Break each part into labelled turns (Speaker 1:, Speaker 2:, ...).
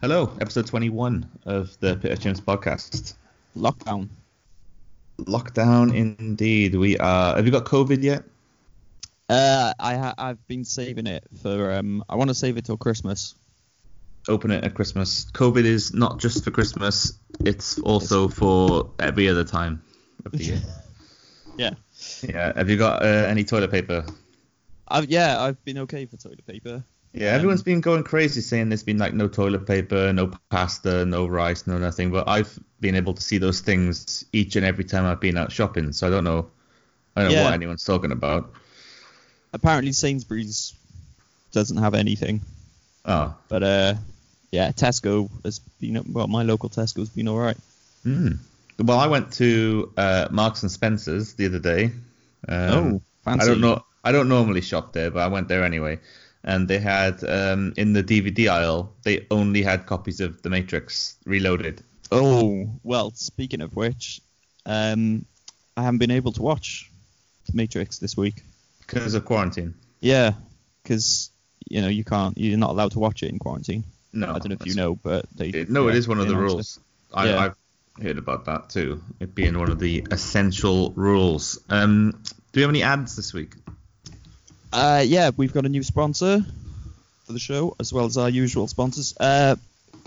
Speaker 1: Hello, episode 21 of the Peter James podcast.
Speaker 2: Lockdown.
Speaker 1: Lockdown indeed. We are. Have you got COVID yet?
Speaker 2: Uh, I ha- I've been saving it for um. I want to save it till Christmas.
Speaker 1: Open it at Christmas. COVID is not just for Christmas, it's also for every other time of the year.
Speaker 2: Yeah.
Speaker 1: yeah. Have you got uh, any toilet paper?
Speaker 2: I've yeah. I've been okay for toilet paper.
Speaker 1: Yeah, everyone's been going crazy saying there's been like no toilet paper, no pasta, no rice, no nothing. But I've been able to see those things each and every time I've been out shopping. So I don't know, I don't know
Speaker 2: Yeah.
Speaker 1: what anyone's talking about.
Speaker 2: Apparently Sainsbury's doesn't have anything,
Speaker 1: Oh,
Speaker 2: but uh, yeah. Tesco has been well. My local Tesco's been all right. Hmm.
Speaker 1: mm. well, I went to uh, Marks and Spencers the other day. Um,
Speaker 2: Oh, fancy.
Speaker 1: I don't know. I don't normally shop there, but I went there anyway. And they had um, in the DVD aisle, they only had copies of The Matrix Reloaded.
Speaker 2: Oh well. Speaking of which, um, I haven't been able to watch Matrix this week.
Speaker 1: because of quarantine.
Speaker 2: Yeah, because you know you can't. You're not allowed to watch it in quarantine.
Speaker 1: No,
Speaker 2: I don't know if you
Speaker 1: that's-
Speaker 2: know, but they.
Speaker 1: It- no, it
Speaker 2: yeah,
Speaker 1: is one of
Speaker 2: they
Speaker 1: the
Speaker 2: announced it.
Speaker 1: rules. I,
Speaker 2: Yeah.
Speaker 1: I've heard about that too. It being one of the essential rules. Um, do we have any ads this week?
Speaker 2: Uh, yeah, we've got a new sponsor for the show, as well as our usual sponsors. Uh,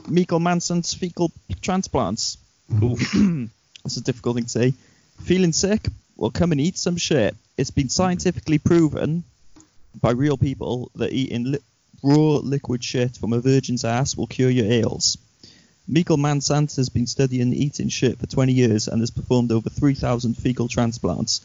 Speaker 2: Michael Manson's fecal transplants. That's a difficult thing to say. Feeling sick? Well, come and eat some shit. It's been scientifically proven by real people that eating li- raw liquid shit from a virgin's ass will cure your ails. Michael Mansant has been studying eating shit for 20 years and has performed over 3,000 fecal transplants,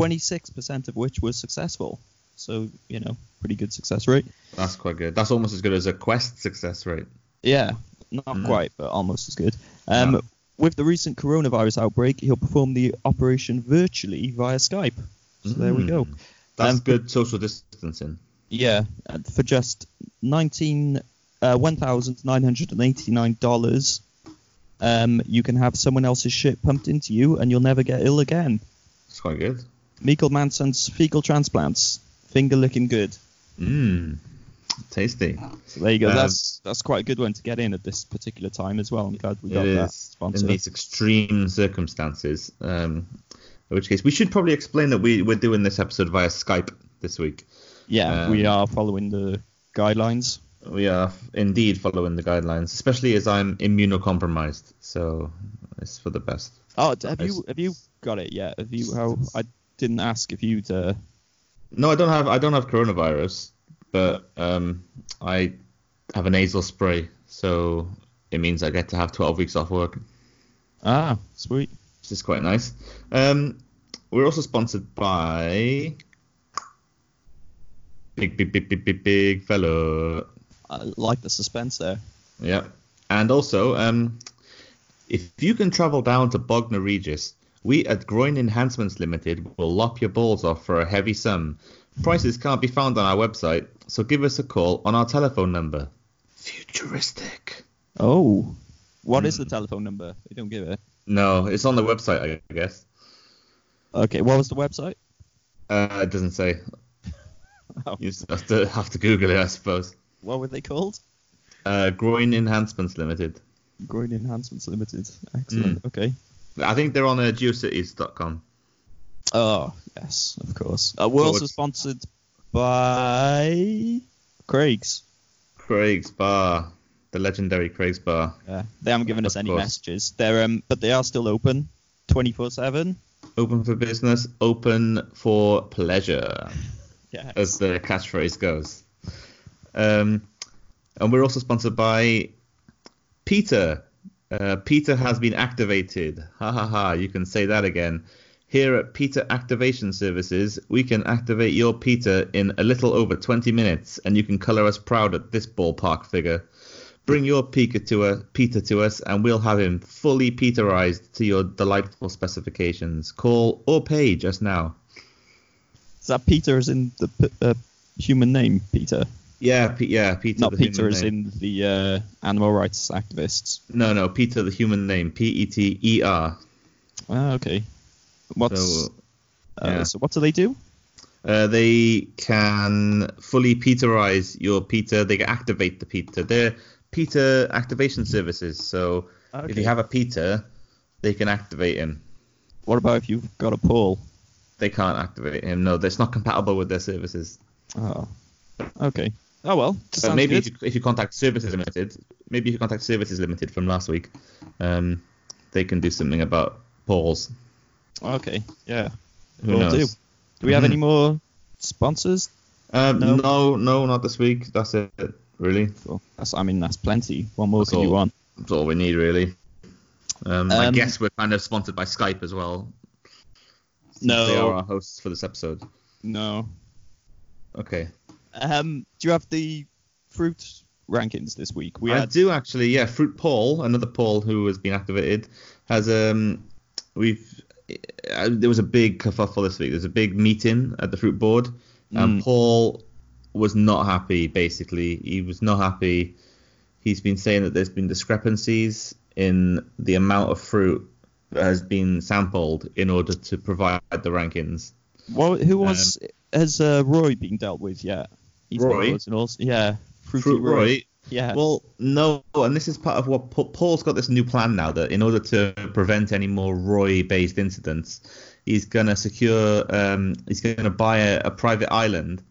Speaker 2: 26% of which were successful. So, you know, pretty good success rate.
Speaker 1: That's quite good. That's almost as good as a Quest success rate.
Speaker 2: Yeah, not
Speaker 1: Mm.
Speaker 2: quite, but almost as good. Um,
Speaker 1: No.
Speaker 2: With the recent coronavirus outbreak, he'll perform the operation virtually via Skype. So there we go.
Speaker 1: Mm. That's
Speaker 2: Um,
Speaker 1: good social distancing.
Speaker 2: Yeah, and for just nineteen uh, one thousand nine hundred and eighty nine dollars, um, you can have someone else's shit pumped into you, and you'll never get ill again.
Speaker 1: It's quite good.
Speaker 2: Michael Manson's fecal transplants, finger looking good. Mm.
Speaker 1: Mmm, tasty.
Speaker 2: So there you go.
Speaker 1: Um,
Speaker 2: that's that's quite a good one to get in at this particular time as well. I'm glad we
Speaker 1: It
Speaker 2: got that
Speaker 1: is
Speaker 2: sponsor.
Speaker 1: in these extreme circumstances. Um, in which case, we should probably explain that we we're doing this episode via Skype this week.
Speaker 2: Yeah,
Speaker 1: Um,
Speaker 2: we are following the guidelines.
Speaker 1: We are f- indeed following the guidelines, especially as I'm immunocompromised. So it's for the best.
Speaker 2: Oh, d- have
Speaker 1: Nice.
Speaker 2: you have you got it yet? Have you? How I didn't ask if you'd. Uh,
Speaker 1: No, I don't have I don't have coronavirus, but um, I have a nasal spray, so it means I get to have 12 weeks off work,
Speaker 2: ah, sweet.
Speaker 1: which is quite nice. Um, we're also sponsored by big big big big big big fellow.
Speaker 2: I like the suspense there.
Speaker 1: Yeah. And also, um, if you can travel down to Bognor Regis, we at Groin Enhancements Limited will lop your balls off for a heavy sum. Prices can't be found on our website, so give us a call on our telephone number. Futuristic.
Speaker 2: Oh, what is the telephone number? They don't give it.
Speaker 1: No, it's on the website, I guess.
Speaker 2: Okay, what was the website?
Speaker 1: Uh, it doesn't say.
Speaker 2: Oh.
Speaker 1: You just have to, have to Google it, I suppose.
Speaker 2: What were they called?
Speaker 1: Uh, Groin Enhancements Limited.
Speaker 2: Groin Enhancements Limited. Excellent. Okay.
Speaker 1: I think they're on uh, geocities.com.
Speaker 2: Oh yes, of course. Uh, we're
Speaker 1: So
Speaker 2: also
Speaker 1: it's-
Speaker 2: sponsored by Craig's.
Speaker 1: Craig's Bar. The legendary Craig's Bar.
Speaker 2: Yeah, they haven't given us
Speaker 1: Of
Speaker 2: any
Speaker 1: course.
Speaker 2: messages. They're um, but they are still open, twenty four seven.
Speaker 1: Open for business, open for pleasure,
Speaker 2: Yeah.
Speaker 1: as the catchphrase goes. Um, and we're also sponsored by Peter. Uh, Peter has been activated. Ha ha ha, you can say that again. Here at Peter Activation Services, we can activate your Peter in a little over 20 minutes, and you can colour us proud at this ballpark figure. Bring your Peter to, us, Peter to us, and we'll have him fully Peterized to your delightful specifications. Call or pay just now.
Speaker 2: Is that Peter as in the p- uh, human name Peter?
Speaker 1: Yeah, P- yeah, Peter.
Speaker 2: Not
Speaker 1: the
Speaker 2: Peter
Speaker 1: human
Speaker 2: as
Speaker 1: name.
Speaker 2: in the uh, animal rights activists.
Speaker 1: No, no, Peter, the human name. P E T E R.
Speaker 2: Ah, okay. What's
Speaker 1: So
Speaker 2: uh,
Speaker 1: yeah.
Speaker 2: so? What do they do?
Speaker 1: uh, they can fully Peterize your Peter. They can activate the Peter. They're Peter activation services. So if
Speaker 2: Okay.
Speaker 1: you have a Peter, they can activate him.
Speaker 2: What about if you've got a Paul?
Speaker 1: They can't activate him. No, that's not compatible with their services.
Speaker 2: Oh. Okay. Oh well.
Speaker 1: So
Speaker 2: sounds
Speaker 1: maybe if
Speaker 2: good.
Speaker 1: you, if you contact Services Limited, maybe if you contact Services Limited from last week, um, they can do something about Paul's.
Speaker 2: Okay. Yeah.
Speaker 1: Who
Speaker 2: Will do.
Speaker 1: knows?
Speaker 2: Do we have
Speaker 1: Mhm.
Speaker 2: any more sponsors?
Speaker 1: Um,
Speaker 2: No.
Speaker 1: no. no, not this week. That's it, really.
Speaker 2: Well, that's, I mean, that's plenty. What more
Speaker 1: That's
Speaker 2: could you
Speaker 1: all.
Speaker 2: want?
Speaker 1: That's all we need, really. Um, I
Speaker 2: Um,
Speaker 1: guess we're kind of sponsored by Skype as well. since They are
Speaker 2: No.
Speaker 1: our hosts for this episode.
Speaker 2: No.
Speaker 1: Okay.
Speaker 2: Um, do you have the fruit rankings this week? We
Speaker 1: I
Speaker 2: had
Speaker 1: do actually, yeah. Fruit Paul, another Paul who has been activated, has um, we've uh, there was a big kerfuffle this week. There's a big meeting at the fruit board, and
Speaker 2: Mm.
Speaker 1: Paul was not happy. Basically, he was not happy. He's been saying that there's been discrepancies in the amount of fruit that has been sampled in order to provide the rankings.
Speaker 2: what, who
Speaker 1: Um,
Speaker 2: was has uh, Roy been dealt with yet? He's one of
Speaker 1: Roy?
Speaker 2: those and also- yeah, Fruity
Speaker 1: Fruit
Speaker 2: Roy.
Speaker 1: Roy
Speaker 2: Yeah.
Speaker 1: Well, no, and this is part of what Pa- Paul's got this new plan now that in order to prevent any more Roy-based incidents, he's gonna secure, um, he's gonna buy a, a private island,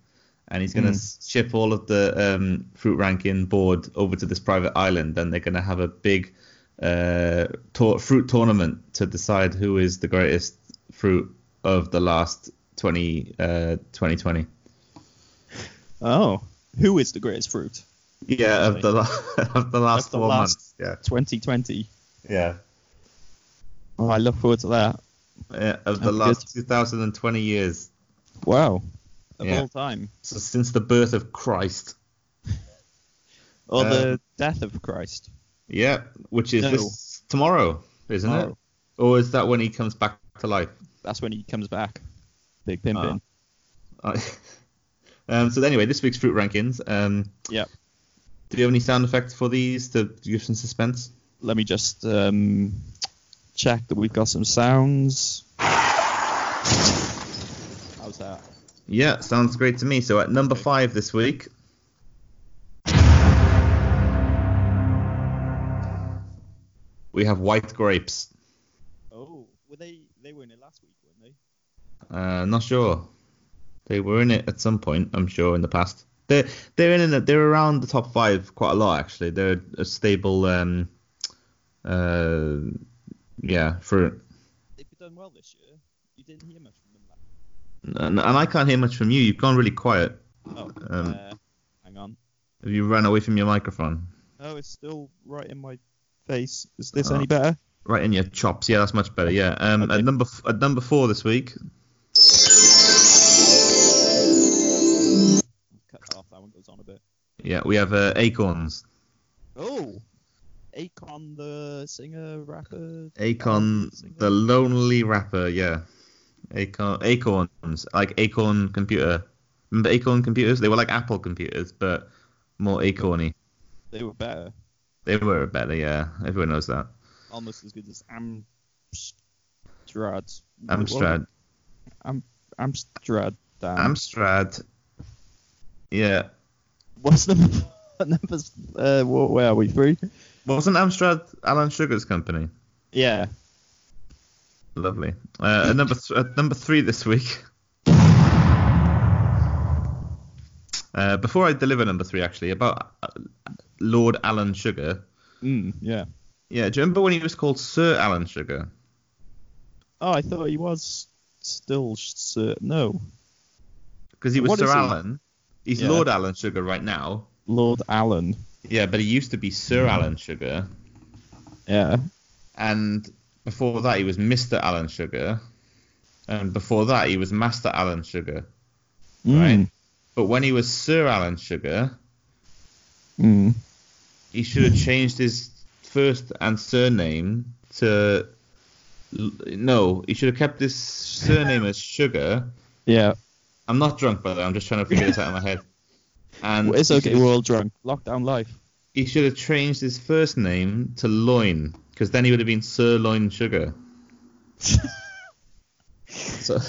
Speaker 1: and he's
Speaker 2: Mm.
Speaker 1: gonna s ship all of the um, fruit ranking board over to this private island, and they're gonna have a big uh, tour- fruit tournament to decide who is the greatest fruit of the last 20, uh, 2020.
Speaker 2: oh, who is the greatest fruit?
Speaker 1: Yeah, of the la- of the last
Speaker 2: Of the
Speaker 1: one
Speaker 2: last-
Speaker 1: month.
Speaker 2: 2020.
Speaker 1: Yeah, yeah.
Speaker 2: Oh, I look forward to that.
Speaker 1: uh, of the last
Speaker 2: That's
Speaker 1: 2020 years.
Speaker 2: Wow. Of
Speaker 1: Yeah.
Speaker 2: all time,
Speaker 1: So since the birth of Christ.
Speaker 2: or
Speaker 1: Uh,
Speaker 2: the death of Christ.
Speaker 1: Yeah, which is
Speaker 2: No.
Speaker 1: this tomorrow, isn't
Speaker 2: Tomorrow.
Speaker 1: it? Or is that when he comes back to life?
Speaker 2: That's when he comes back. Big
Speaker 1: Ah.
Speaker 2: pimpin.
Speaker 1: Uh, um, so anyway, this week's fruit rankings. Um,
Speaker 2: Yep.
Speaker 1: Do you have any sound effects for these to give some suspense?
Speaker 2: Let me just um, check that we've got some sounds. How's that?
Speaker 1: Yeah, sounds great to me. So at number five this week. We have white grapes.
Speaker 2: Oh, were they? They were in it last week, weren't they?
Speaker 1: Uh, not sure. They were in it at some point, I'm sure, in the past. They're they're in it. They're around the top five quite a lot, actually. They're a stable, um, uh, yeah, fruit.
Speaker 2: They've done well this year. You didn't hear much from them. Last
Speaker 1: And, and I can't hear much from you. You've gone really quiet.
Speaker 2: Oh,
Speaker 1: Um,
Speaker 2: uh, hang on.
Speaker 1: Have you run away from your microphone?
Speaker 2: Oh, it's still right in my face. Is this
Speaker 1: Oh.
Speaker 2: any better?
Speaker 1: Right in your chops. Yeah, that's much better. Yeah. Um,
Speaker 2: Okay.
Speaker 1: at number f- at number four this week.
Speaker 2: Cut that off. That one goes on a bit.
Speaker 1: Yeah, we have uh, acorns.
Speaker 2: Oh, Akon the singer rapper.
Speaker 1: Acorn, the lonely rapper. Yeah, Acorn, acorns like Acorn computer. Remember Acorn computers? They were like Apple computers, but more acorny.
Speaker 2: They were better.
Speaker 1: They were better. Yeah, everyone knows that.
Speaker 2: Almost as good as Amstrad. What was it?
Speaker 1: Amstrad.
Speaker 2: Amstrad. Damn.
Speaker 1: Amstrad. Yeah,
Speaker 2: What's number? what numbers? Uh, wh- where are we? Three.
Speaker 1: wasn't Amstrad Alan Sugar's company?
Speaker 2: Yeah.
Speaker 1: Lovely. Uh, at number th- at number three this week. Uh, before I deliver number three, actually, about uh, Lord Alan Sugar.
Speaker 2: Mm, yeah.
Speaker 1: Yeah, do you remember when he was called Sir Alan Sugar?
Speaker 2: Oh, I thought he was still Sir. No,
Speaker 1: Because he was
Speaker 2: What
Speaker 1: Sir
Speaker 2: is he?
Speaker 1: Alan. He's
Speaker 2: Yeah.
Speaker 1: Lord Alan Sugar right now.
Speaker 2: Lord Allen.
Speaker 1: Yeah, but he used to be Sir
Speaker 2: Mm-hmm.
Speaker 1: Alan Sugar,
Speaker 2: Yeah.
Speaker 1: and before that he was Mister Alan Sugar, and before that he was Master Alan Sugar. Right. But when he was Sir Alan Sugar,
Speaker 2: Mm.
Speaker 1: he should have changed his first and surname to. L- No, he should have kept his surname as Sugar.
Speaker 2: Yeah.
Speaker 1: I'm not drunk, by the way. I'm just trying to figure this out in my head. And
Speaker 2: Well, it's
Speaker 1: he
Speaker 2: okay.
Speaker 1: should-
Speaker 2: We're all drunk. Lockdown life.
Speaker 1: He should have changed his first name to Loin, because then he would have been Sir Loin Sugar. so,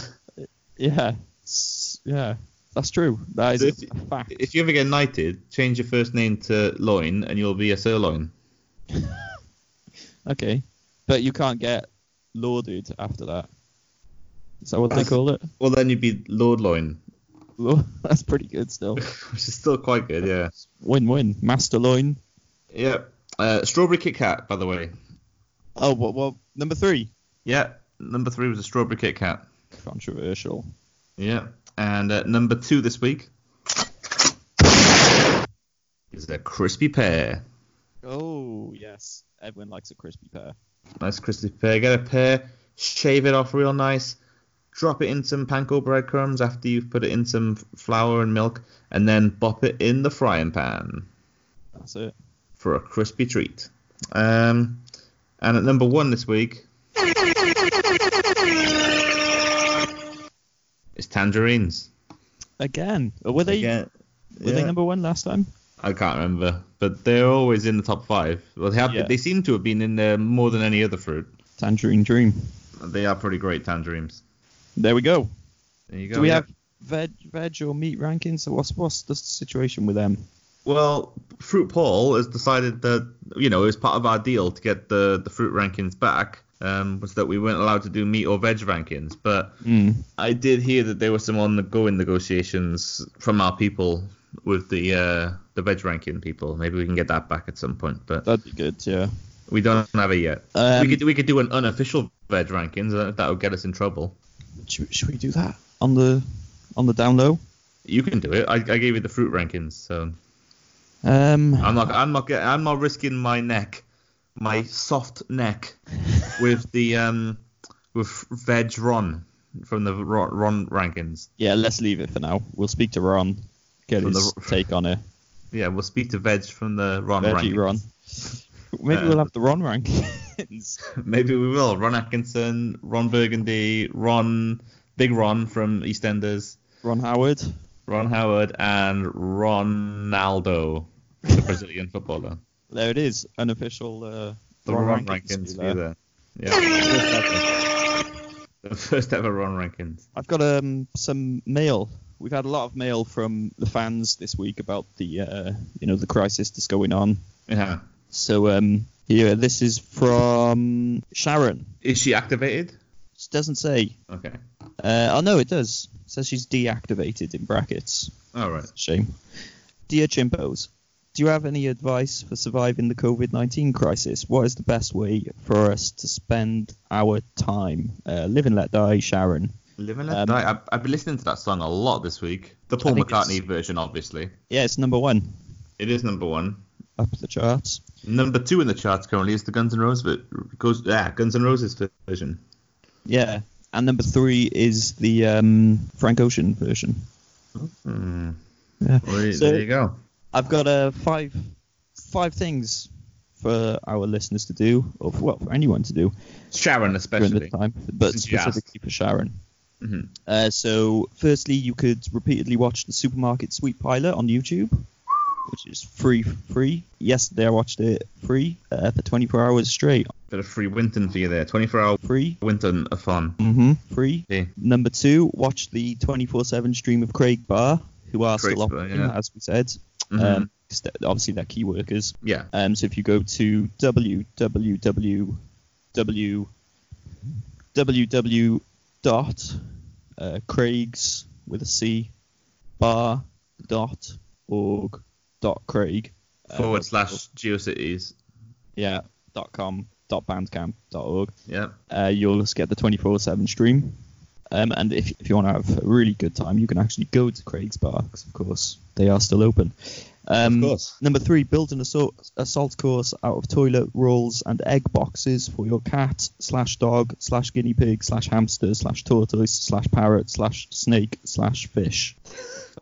Speaker 2: Yeah. S- yeah. That's true. That is
Speaker 1: So
Speaker 2: a fact.
Speaker 1: If you ever get knighted, change your first name to Loin, and you'll be a sirloin.
Speaker 2: Okay. But you can't get lauded after that. Is that what they
Speaker 1: That's-
Speaker 2: call it?
Speaker 1: Well, then you'd be Lord Loin,
Speaker 2: Law- That's pretty good still.
Speaker 1: which is still quite good, yeah.
Speaker 2: Win win. Master loin.
Speaker 1: Yeah. Uh, strawberry Kit Kat, by the way.
Speaker 2: Oh, well, well, number three.
Speaker 1: Yeah. Number three was a strawberry Kit Kat.
Speaker 2: Controversial.
Speaker 1: Yeah. And uh, number two this week is a crispy pear.
Speaker 2: Oh, yes. Everyone likes a crispy pear.
Speaker 1: Nice crispy pear. Get a pear, shave it off real nice, drop it in some panko breadcrumbs after you've put it in some flour and milk, and then bop it in the frying pan
Speaker 2: That's it.
Speaker 1: for a crispy treat. Um, and at number one this week is tangerines.
Speaker 2: Again. Or Were they
Speaker 1: Again,
Speaker 2: were they
Speaker 1: yeah.
Speaker 2: number one last time?
Speaker 1: I can't remember, but they're always in the top five. Well, they have.
Speaker 2: Yeah.
Speaker 1: They seem to have been in there more than any other fruit.
Speaker 2: Tangerine Dream.
Speaker 1: They are pretty great tangerines.
Speaker 2: There we go.
Speaker 1: There you go.
Speaker 2: Do we
Speaker 1: yeah.
Speaker 2: have veg, veg or meat rankings? So what's what's the situation with them?
Speaker 1: Well, Fruit Paul has decided that you know it was part of our deal to get the the fruit rankings back. Um, was that we weren't allowed to do meat or veg rankings, but
Speaker 2: Hmm,
Speaker 1: I did hear that there were some on the go in negotiations from our people with the uh, the veg ranking people. Maybe we can get that back at some point, but
Speaker 2: That'd be good. Yeah.
Speaker 1: we don't have it yet.
Speaker 2: Um,
Speaker 1: we could we could do an unofficial veg rankings. uh, That would get us in trouble.
Speaker 2: Should, should we do that on the on the down low?
Speaker 1: You can do it. I, I gave you the fruit rankings, so
Speaker 2: Um,
Speaker 1: I'm not I'm not get, I'm not risking my neck, my soft neck, with the um with veg Ron from the Ron, Ron rankings.
Speaker 2: yeah, let's leave it for now. We'll speak to Ron, get
Speaker 1: From
Speaker 2: his
Speaker 1: the-
Speaker 2: take on it.
Speaker 1: Yeah, we'll speak to veg from the Ron
Speaker 2: Veggie
Speaker 1: rankings.
Speaker 2: Ron. Maybe
Speaker 1: Uh,
Speaker 2: we'll have the Ron rankings.
Speaker 1: Maybe we will. Ron Atkinson, Ron Burgundy, Ron Big Ron from EastEnders,
Speaker 2: Ron Howard.
Speaker 1: Ron Howard, and Ronaldo, the Brazilian footballer.
Speaker 2: There it is, unofficial. Uh,
Speaker 1: The Ron, Rankins,
Speaker 2: view there.
Speaker 1: view there. Yeah, the first ever Ron Rankins.
Speaker 2: I've got um some mail. We've had a lot of mail from the fans this week about the uh, you know the crisis that's going on.
Speaker 1: Yeah.
Speaker 2: So um yeah, this is from Sharon.
Speaker 1: Is she activated?
Speaker 2: It doesn't say.
Speaker 1: Okay.
Speaker 2: Uh, oh no, it does. It says she's deactivated in brackets.
Speaker 1: All right.
Speaker 2: Shame. Dear Chimpos, do you have any advice for surviving the COVID 19 crisis? What is the best way for us to spend our time? Uh, live and let die, Sharon.
Speaker 1: Live and let
Speaker 2: Um,
Speaker 1: die. I, I've been listening to that song a lot this week. The Paul
Speaker 2: I think
Speaker 1: McCartney version, obviously.
Speaker 2: Yeah, it's number one
Speaker 1: It is number one.
Speaker 2: up the charts.
Speaker 1: Number two in the charts currently is the Guns N' Roses ver- goes, yeah, Guns N' Roses version.
Speaker 2: Yeah. And number three is the um, Frank Ocean version.
Speaker 1: Hmm.
Speaker 2: Yeah.
Speaker 1: Well, there-
Speaker 2: So-
Speaker 1: there you go.
Speaker 2: I've got uh, five five things for our listeners to do, or for, well, for anyone to do
Speaker 1: Sharon,
Speaker 2: during
Speaker 1: especially.
Speaker 2: the time, but
Speaker 1: Since you asked.
Speaker 2: specifically for Sharon.
Speaker 1: Mhm.
Speaker 2: Uh, so, firstly, you could repeatedly watch the Supermarket Sweep pilot on YouTube, which is free. Free. Yesterday, I watched it free uh, for 24 hours straight.
Speaker 1: Bit of free Winton for you there. 24 hour
Speaker 2: Free.
Speaker 1: Winton a fun.
Speaker 2: hmm Free.
Speaker 1: Yeah.
Speaker 2: Number two, watch the 24/7 stream of Craig Barr, who are
Speaker 1: Craig
Speaker 2: still
Speaker 1: Barr,
Speaker 2: on,
Speaker 1: yeah.
Speaker 2: as we said.
Speaker 1: Mhm.
Speaker 2: Um, 'cause they're- obviously, they're key workers.
Speaker 1: yeah.
Speaker 2: Um, so if you go to www www dot uh, Craig's with a C bar dot org dot Craig uh,
Speaker 1: Forward slash GeoCities.
Speaker 2: yeah dot com dot bandcamp dot org
Speaker 1: Yeah.
Speaker 2: uh, you'll just get the 24/7 stream. Um, and if, if you want to have a really good time, you can actually go to Craig's Bar 'cause of course they are still open. Um,
Speaker 1: Of course.
Speaker 2: Number three, build an assault, assault course out of toilet rolls and egg boxes for your cat slash dog slash guinea pig slash hamster slash tortoise slash parrot slash snake slash fish.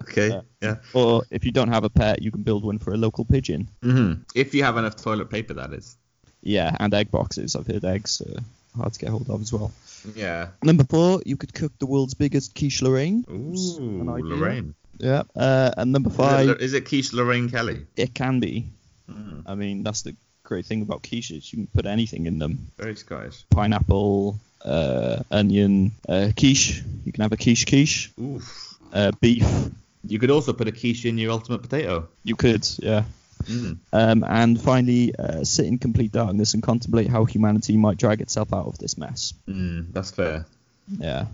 Speaker 1: Okay.
Speaker 2: Yeah.
Speaker 1: yeah.
Speaker 2: Or if you don't have a pet, you can build one for a local pigeon.
Speaker 1: hmm If you have enough toilet paper, that is.
Speaker 2: Yeah, and egg boxes. I've heard eggs are hard to get hold of as well.
Speaker 1: Yeah.
Speaker 2: Number four, you could cook the world's biggest quiche Lorraine.
Speaker 1: Ooh,
Speaker 2: An idea.
Speaker 1: Lorraine.
Speaker 2: Yeah. Uh, and number
Speaker 1: Is
Speaker 2: five,
Speaker 1: it, is it Quiche Lorraine Kelly?
Speaker 2: it can be.
Speaker 1: Mm.
Speaker 2: I mean, that's the great thing about quiches. You can put anything in them.
Speaker 1: Very Scottish.
Speaker 2: Pineapple, uh, onion, uh, quiche. You can have a quiche quiche.
Speaker 1: Oof.
Speaker 2: Uh, beef,
Speaker 1: You could also put a quiche in your ultimate potato.
Speaker 2: You could, yeah.
Speaker 1: Mm.
Speaker 2: Um, and finally, uh, sit in complete darkness and contemplate how humanity might drag itself out of this mess.
Speaker 1: Mm, that's fair.
Speaker 2: Yeah.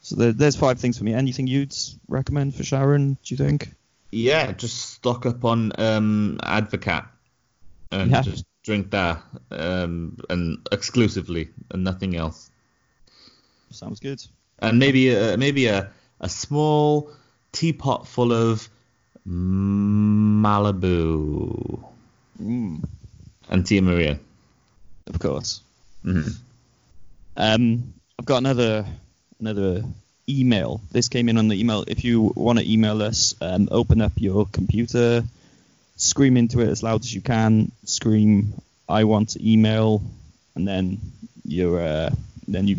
Speaker 2: So there, there's five things for me. Anything you'd recommend for Sharon? Do you think?
Speaker 1: Yeah, just stock up on um, Advocat and
Speaker 2: Yeah.
Speaker 1: just drink that um, and exclusively and nothing else.
Speaker 2: Sounds good.
Speaker 1: And maybe a, maybe a, a small teapot full of Malibu
Speaker 2: Mm,
Speaker 1: and Tia Maria.
Speaker 2: of course.
Speaker 1: Mhm.
Speaker 2: Um, I've got another another email. This came in on the email. If you want to email us, um, open up your computer, scream into it as loud as you can. Scream, "I want to email," and then you're uh, then you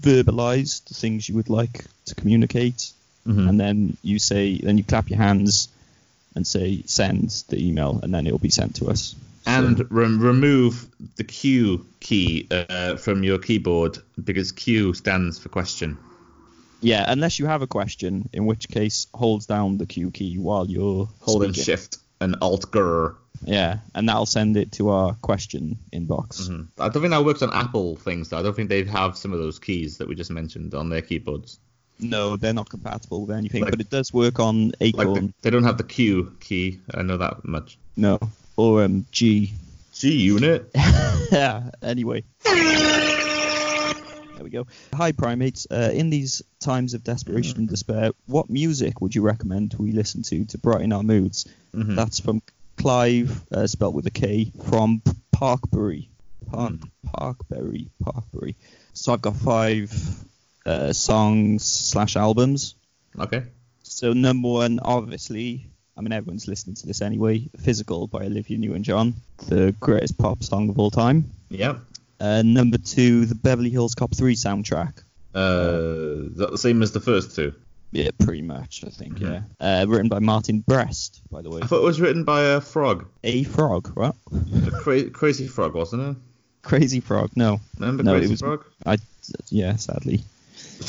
Speaker 2: verbalize the things you would like to communicate,
Speaker 1: Mhm.
Speaker 2: and then you say, then you clap your hands and say, "Send the email," and then it'll be sent to us.
Speaker 1: And rem- remove the Q key uh, from your keyboard because Q stands for question.
Speaker 2: Yeah, unless you have a question, in which case holds down the Q key while you're
Speaker 1: Holding
Speaker 2: speaking.
Speaker 1: shift and alt grr.
Speaker 2: Yeah, and that'll send it to our question inbox.
Speaker 1: Mhm. I don't think that works on Apple things. Though. I don't think they have some of those keys that we just mentioned on their keyboards.
Speaker 2: No, they're not compatible with anything,
Speaker 1: Mm-hmm. Like-
Speaker 2: but it does work on
Speaker 1: Like
Speaker 2: Acorn.
Speaker 1: the, they don't have the Q key. I know that much.
Speaker 2: No, or um, G.
Speaker 1: G unit.
Speaker 2: yeah. Anyway. There we go. Hi, primates. Uh, in these times of desperation and despair, what music would you recommend we listen to to brighten our moods?
Speaker 1: Mhm.
Speaker 2: That's from Clive, uh, spelt with a K, from P- Parkbury. Park, Parkbury, Parkbury. So I've got five uh, songs slash albums.
Speaker 1: Okay.
Speaker 2: So number one, obviously, I mean everyone's listening to this anyway. Physical by Olivia Newton-John, the greatest pop song of all time.
Speaker 1: Yep.
Speaker 2: Uh, number two, the Beverly Hills Cop 3 soundtrack.
Speaker 1: Uh, is that the same as the first two?
Speaker 2: Yeah, pretty much, I think. Yeah. Uh, written by Martin Brest, by the way.
Speaker 1: I thought it was written by a frog,
Speaker 2: A frog, right?
Speaker 1: a cra- crazy frog, wasn't it?
Speaker 2: Crazy frog. No,
Speaker 1: Remember
Speaker 2: No, it
Speaker 1: crazy
Speaker 2: was-
Speaker 1: frog?
Speaker 2: I. Yeah, sadly.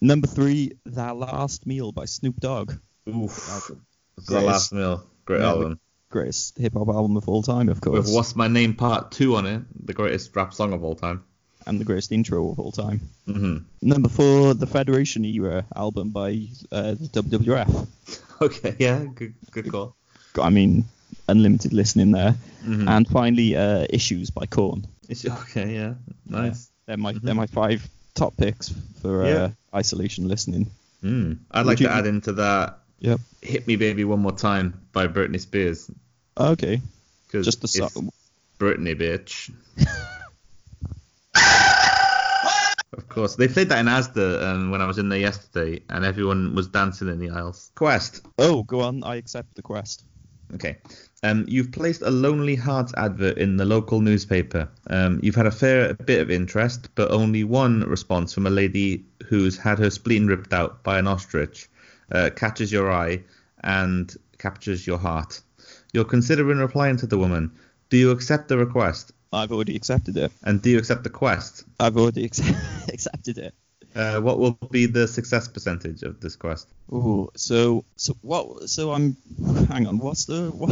Speaker 2: Number three, That Last Meal by Snoop Dogg.
Speaker 1: Oof. The
Speaker 2: Great.
Speaker 1: last meal. Great
Speaker 2: Yeah,
Speaker 1: album.
Speaker 2: Greatest hip hop album of all time, of course,
Speaker 1: With What's My Name Part 2 on it, the greatest rap song of all time.
Speaker 2: and the greatest intro of all time. Mm-hmm.
Speaker 1: hmm
Speaker 2: Number four, the Federation Era album by uh, the WWF.
Speaker 1: Okay, yeah, good, good call.
Speaker 2: Got- I mean, unlimited listening there.
Speaker 1: Mhm.
Speaker 2: And finally, uh, Issues by Korn.
Speaker 1: It's, okay, yeah, nice. Mm-hmm.
Speaker 2: They're my they're my five top picks for uh,
Speaker 1: Yeah.
Speaker 2: isolation listening.
Speaker 1: Mm. I'd like
Speaker 2: Would you-
Speaker 1: to add into that
Speaker 2: Yep.
Speaker 1: Hit Me Baby One More Time by Britney Spears.
Speaker 2: Okay.
Speaker 1: Cause
Speaker 2: Just the
Speaker 1: it's
Speaker 2: song.
Speaker 1: Britney, bitch. of course. They played that in Asda um, when I was in there yesterday, and everyone was dancing in the aisles. Quest.
Speaker 2: Oh, go on. I accept the quest.
Speaker 1: Okay. Um, you've placed a Lonely Hearts advert in the local newspaper. Um, you've had a fair bit of interest, but only one response from a lady who's had her spleen ripped out by an ostrich uh, catches your eye and captures your heart. You're considering replying to the woman. Do you accept the request?
Speaker 2: I've already accepted it.
Speaker 1: And do you accept the quest?
Speaker 2: I've already accept- accepted it.
Speaker 1: Uh, what will be the success percentage of this quest?
Speaker 2: Ooh. So so what? So I'm. Hang on. What's the what?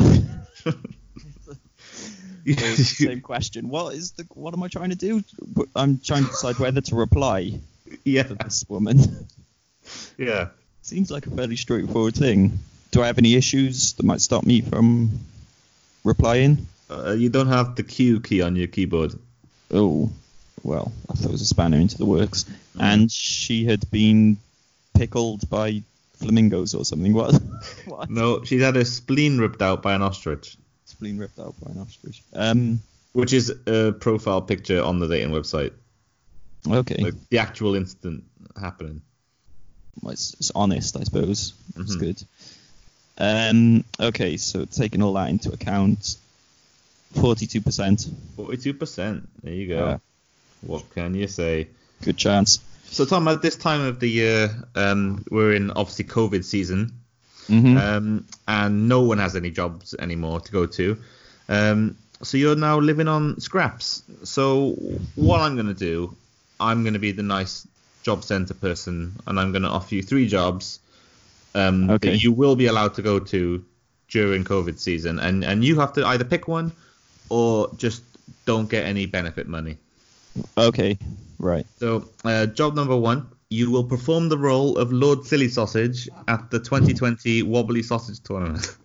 Speaker 2: same question. What is the? What am I trying to do? I'm trying to decide whether to reply
Speaker 1: yeah,
Speaker 2: to this woman.
Speaker 1: yeah.
Speaker 2: Seems like a fairly straightforward thing. Do I have any issues that might stop me from replying?
Speaker 1: Uh, you don't have the Q key on your keyboard.
Speaker 2: Oh, well, I thought it was a spanner into the works. And she had been pickled by flamingos or something. What? what?
Speaker 1: No, she's had her spleen ripped out by an ostrich,
Speaker 2: Spleen ripped out by an ostrich. Um.
Speaker 1: which is a profile picture on the dating website.
Speaker 2: Okay.
Speaker 1: Like the actual incident happening.
Speaker 2: Well, it's, it's honest, I suppose. It's
Speaker 1: Mhm.
Speaker 2: good. Um. Okay. So taking all that into account, forty-two percent.
Speaker 1: Forty-two percent. There you go.
Speaker 2: Yeah.
Speaker 1: What can you say?
Speaker 2: Good chance.
Speaker 1: So Tom, at this time of the year, um, we're in obviously COVID season.
Speaker 2: hmm
Speaker 1: um, and no one has any jobs anymore to go to. Um, so you're now living on scraps. So what I'm going to do, I'm going to be the nice job center person, and I'm going to offer you three jobs, um,
Speaker 2: Okay.
Speaker 1: that you will be allowed to go to during COVID season, and and you have to either pick one or just don't get any benefit money.
Speaker 2: Okay, right.
Speaker 1: So, uh, job number one, you will perform the role of Lord Silly Sausage at the 2020 Wobbly Sausage Tournament.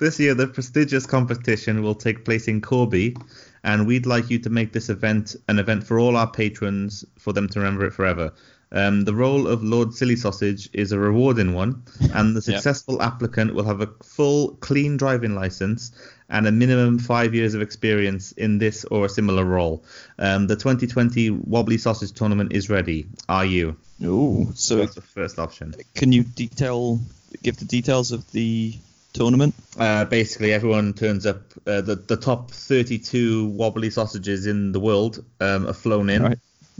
Speaker 1: this year, the prestigious competition will take place in Corby, and we'd like you to make this event an event for all our patrons for them to remember it forever. Um, the role of Lord Silly Sausage is a rewarding one, and the
Speaker 2: Yep.
Speaker 1: successful applicant will have a full, clean driving license and a minimum five years of experience in this or a similar role. Um, the 2020 Wobbly Sausage Tournament is ready. Are you?
Speaker 2: Ooh, so
Speaker 1: That's the first option.
Speaker 2: can you detail, give the details of the tournament?
Speaker 1: Uh, basically, everyone turns up. Uh, the the top 32 wobbly sausages in the world um, are flown in,
Speaker 2: Right.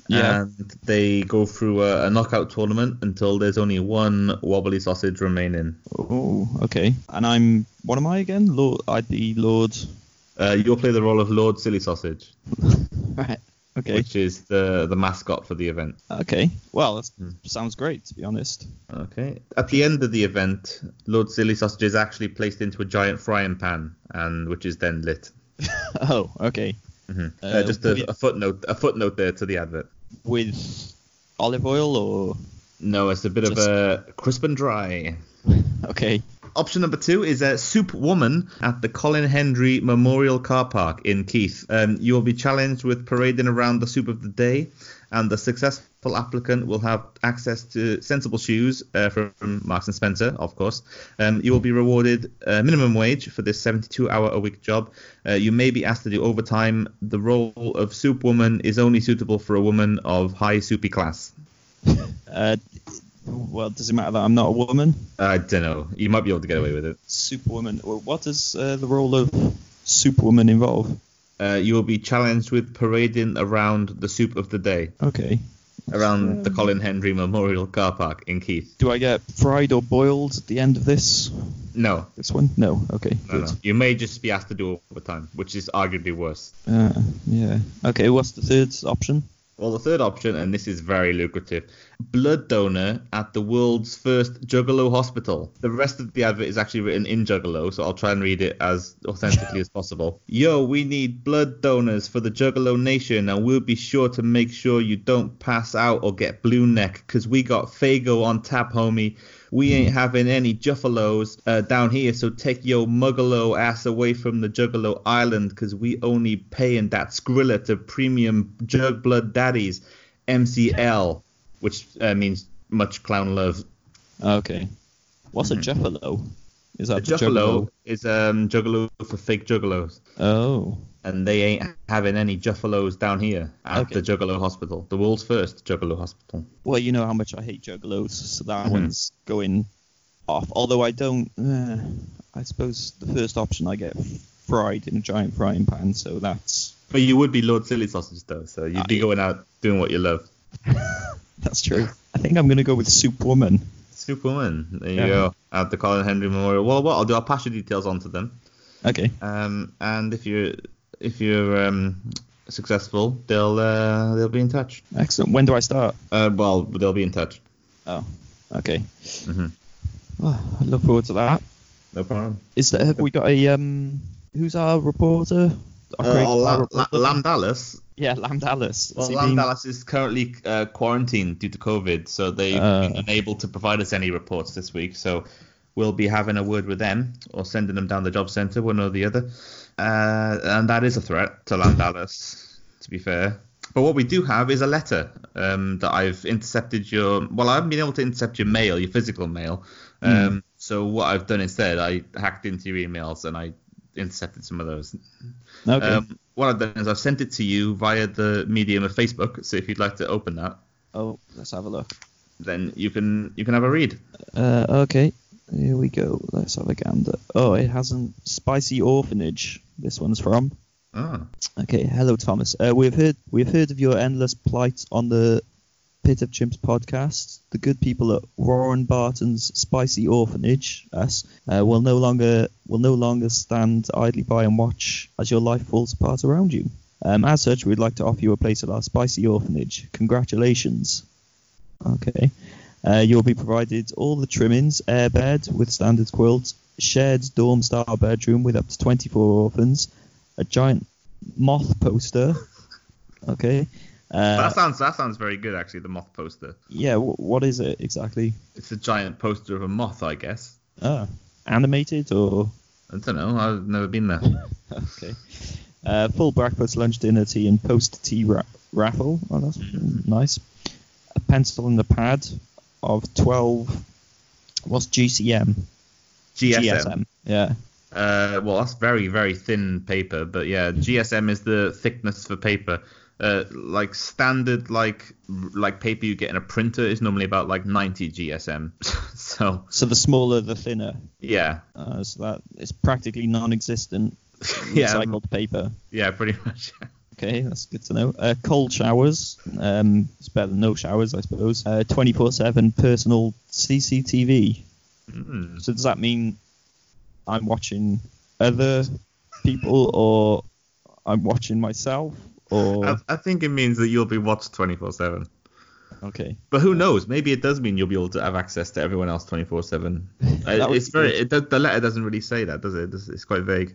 Speaker 2: Yeah.
Speaker 1: and they go through a, a knockout tournament until there's only one wobbly sausage remaining.
Speaker 2: Oh, okay. And I'm, what am I again? Lord, I'd be Lord.
Speaker 1: Uh, you'll play the role of Lord Silly Sausage,
Speaker 2: Right. Okay.
Speaker 1: which is the the mascot for the event.
Speaker 2: Okay. Well, that
Speaker 1: Hmm.
Speaker 2: sounds great to be honest.
Speaker 1: Okay. At the end of the event, Lord Silly Sausage is actually placed into a giant frying pan, and which is then lit.
Speaker 2: oh, okay.
Speaker 1: Mhm. Uh,
Speaker 2: Uh,
Speaker 1: just
Speaker 2: we-
Speaker 1: a, a footnote, a footnote there to the advert.
Speaker 2: With olive oil or
Speaker 1: No, it's a bit
Speaker 2: Just-
Speaker 1: of a crisp and dry.
Speaker 2: okay.
Speaker 1: Option number two is a soup woman at the Colin Hendry Memorial Car Park in Keith. Um, you will be challenged with parading around the soup of the day, and the successful applicant will have access to sensible shoes uh, from Marks and Spencer, of course. Um, you will be rewarded uh, minimum wage for this 72-hour-a-week job. Uh, you may be asked to do overtime. The role of soup woman is only suitable for a woman of high soupy class.
Speaker 2: Uh, well, does it matter that I'm not a woman?
Speaker 1: I don't know. You might be able to get away with it.
Speaker 2: Superwoman. Well, what does uh, the role of Superwoman involve?
Speaker 1: Uh, you will be challenged with parading around the soup of the day,
Speaker 2: Okay.
Speaker 1: around the Colin Henry Memorial Car Park in Keith.
Speaker 2: Do I get fried or boiled at the end of this?
Speaker 1: No,
Speaker 2: This one? No. Okay.
Speaker 1: no,
Speaker 2: good.
Speaker 1: no. You may just be asked to do overtime, which is arguably worse.
Speaker 2: Uh, yeah. Okay. What's the third option?
Speaker 1: Well, the third option, and this is very lucrative, blood donor at the world's first Juggalo hospital. The rest of the advert is actually written in Juggalo, so I'll try and read it as authentically as possible. Yo, we need blood donors for the Juggalo Nation, and we'll be sure to make sure you don't pass out or get blue neck, 'cause we got Fago on tap, homie. We ain't having any Juffalos uh, down here, so take your Muggalo ass away from the Juggalo Island, 'cause we only paying that Skrilla to premium Jug Blood Daddies, MCL, which uh, means much clown love.
Speaker 2: Okay. What's a Juffalo? Is that
Speaker 1: Mm-hmm. A
Speaker 2: the
Speaker 1: Juffalo is um, Juggalo for fake Juggalos,
Speaker 2: Juggalo? Oh.
Speaker 1: and they ain't having any Juffalos down here at
Speaker 2: Okay.
Speaker 1: the Juggalo Hospital, the world's first Juggalo Hospital.
Speaker 2: Well, you know how much I hate Juggalos, so that
Speaker 1: Mm-hmm.
Speaker 2: one's going off. Although I don't. Uh, I suppose the first option I get fried in a giant frying pan, so that's
Speaker 1: But you would be Lord Silly Sausage, though, so you'd be going out doing what you love.
Speaker 2: that's true. I think I'm gonna go with Soup Woman.
Speaker 1: Superwoman. There you
Speaker 2: Yeah.
Speaker 1: go. At the Colin Henry Memorial. Well, what I'll do, I'll pass your details on to them.
Speaker 2: Okay.
Speaker 1: Um, and if you're if you're um, successful, they'll uh, they'll be in touch.
Speaker 2: Excellent. When do I start?
Speaker 1: Uh, well, they'll be in touch.
Speaker 2: Oh. Okay.
Speaker 1: Mhm.
Speaker 2: Oh, I look forward to that.
Speaker 1: No problem.
Speaker 2: Is there, have we got a um? Who's our reporter? Our
Speaker 1: Uh,
Speaker 2: great-
Speaker 1: oh,
Speaker 2: our
Speaker 1: Lam,
Speaker 2: reporter?
Speaker 1: Lam Dallas.
Speaker 2: yeah, Lam Dallas. Has
Speaker 1: Well,
Speaker 2: he
Speaker 1: Lam
Speaker 2: been-
Speaker 1: Dallas is currently uh, quarantined due to COVID, so they've
Speaker 2: Uh.
Speaker 1: been unable to provide us any reports this week. So we'll be having a word with them or sending them down the job centre, one or the other. Uh, and that is a threat to Lam Dallas, to be fair. But what we do have is a letter um, that I've intercepted your. Well, I haven't been able to intercept your mail, your physical mail. Um, So what I've done instead, I hacked into your emails and I intercepted some of those.
Speaker 2: Okay.
Speaker 1: Um, what I've done is I've sent it to you via the medium of Facebook. So if you'd like to open that,
Speaker 2: oh, let's have a look.
Speaker 1: then you can you can have a read.
Speaker 2: Uh, okay, here we go. Let's have a gander. Oh, it hasn't. Spicy Orphanage. This one's from. Ah.
Speaker 1: Oh,
Speaker 2: Okay, hello Thomas. Uh, we've heard we've heard of your endless plight on the Pit of Chimps podcast. The good people at Warren Barton's Spicy Orphanage, us, uh, will no longer will no longer stand idly by and watch as your life falls apart around you. Um, as such, we'd like to offer you a place at our Spicy Orphanage. Congratulations. Okay. Uh, you'll be provided all the trimmings, air bed with standard quilt, shared dorm style bedroom with up to 24 orphans, a giant moth poster. Okay. Uh,
Speaker 1: that sounds that sounds very good actually. The moth poster.
Speaker 2: yeah, w- what is it exactly?
Speaker 1: It's a giant poster of a moth, I guess.
Speaker 2: Ah, animated or.
Speaker 1: I don't know. I've never been there.
Speaker 2: Okay. Uh, full breakfast, lunch, dinner, tea, and post tea ra- raffle. Oh, that's nice. A pencil and a pad of 12. What's GCM?
Speaker 1: GSM.
Speaker 2: Yeah.
Speaker 1: Uh, well, that's very very thin paper, but yeah, GSM is the thickness for paper. Uh, like standard like like paper you get in a printer is normally about like 90 GSM. so
Speaker 2: So the smaller, the thinner.
Speaker 1: yeah,
Speaker 2: Uh, so that it's practically non existent
Speaker 1: Yeah.
Speaker 2: recycled paper.
Speaker 1: yeah, pretty much.
Speaker 2: Okay, that's good to know. Uh, cold showers. Um, it's better than no showers, I suppose. 24 7 personal CCTV.
Speaker 1: Mm.
Speaker 2: So does that mean I'm watching other people or I'm watching myself or
Speaker 1: I, I think it means that you'll be watched 24 seven.
Speaker 2: okay.
Speaker 1: But who knows? Maybe it does mean you'll be able to have access to everyone else 24 seven.
Speaker 2: That would
Speaker 1: It's
Speaker 2: be
Speaker 1: very
Speaker 2: good.
Speaker 1: it, does- the letter doesn't really say that, does it? It's, it's quite vague.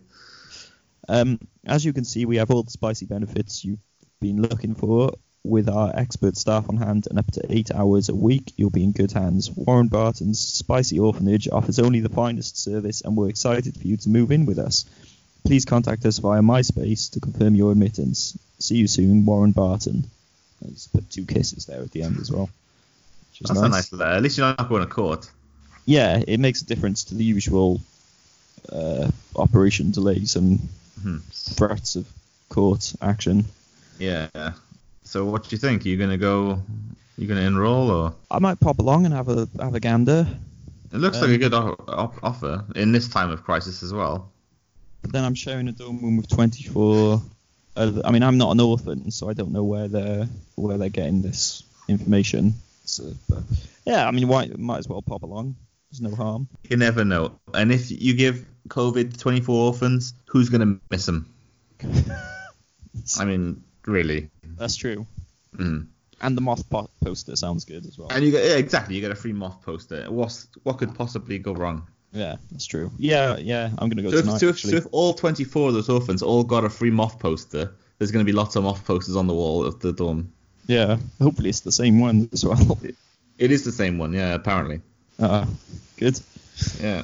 Speaker 2: Um, as you can see, we have all the spicy benefits you've been looking for. With our expert staff on hand and up to eight hours a week, you'll be in good hands. Warren Barton's Spicy Orphanage offers only the finest service, and we're excited for you to move in with us. Please contact us via MySpace to confirm your admittance. See you soon, Warren Barton. I just put two kisses there at the end as well. which is
Speaker 1: That's a nice letter. At least you're not going to court.
Speaker 2: yeah, it makes a difference to the usual uh, operation delays and
Speaker 1: Mhm.
Speaker 2: threats of court action.
Speaker 1: Yeah. So what do you think? Are you gonna go? You gonna enroll or?
Speaker 2: I might pop along and have a have a gander,
Speaker 1: It looks
Speaker 2: Um,
Speaker 1: like a good o- op- offer in this time of crisis as well.
Speaker 2: but then I'm sharing a dorm room with 24. Other, I mean, I'm not an orphan, so I don't know where they're where they're getting this information. So, but yeah, I mean, why might as well pop along. There's no harm.
Speaker 1: You never know. And if you give COVID to 24 orphans, who's gonna miss them? I mean, really.
Speaker 2: That's true.
Speaker 1: Mm.
Speaker 2: And the moth pot poster sounds good as well.
Speaker 1: And you get yeah, exactly. You get a free moth poster. What's what could possibly go wrong?
Speaker 2: Yeah, that's true. Yeah, yeah, I'm gonna go
Speaker 1: So if,
Speaker 2: tonight.
Speaker 1: so, if,
Speaker 2: actually.
Speaker 1: so if all 24 of those orphans all got a free moth poster, there's gonna be lots of moth posters on the wall of the dorm.
Speaker 2: Yeah, hopefully it's the same one as well.
Speaker 1: It is the same one, yeah. Apparently.
Speaker 2: Uh, good.
Speaker 1: Yeah.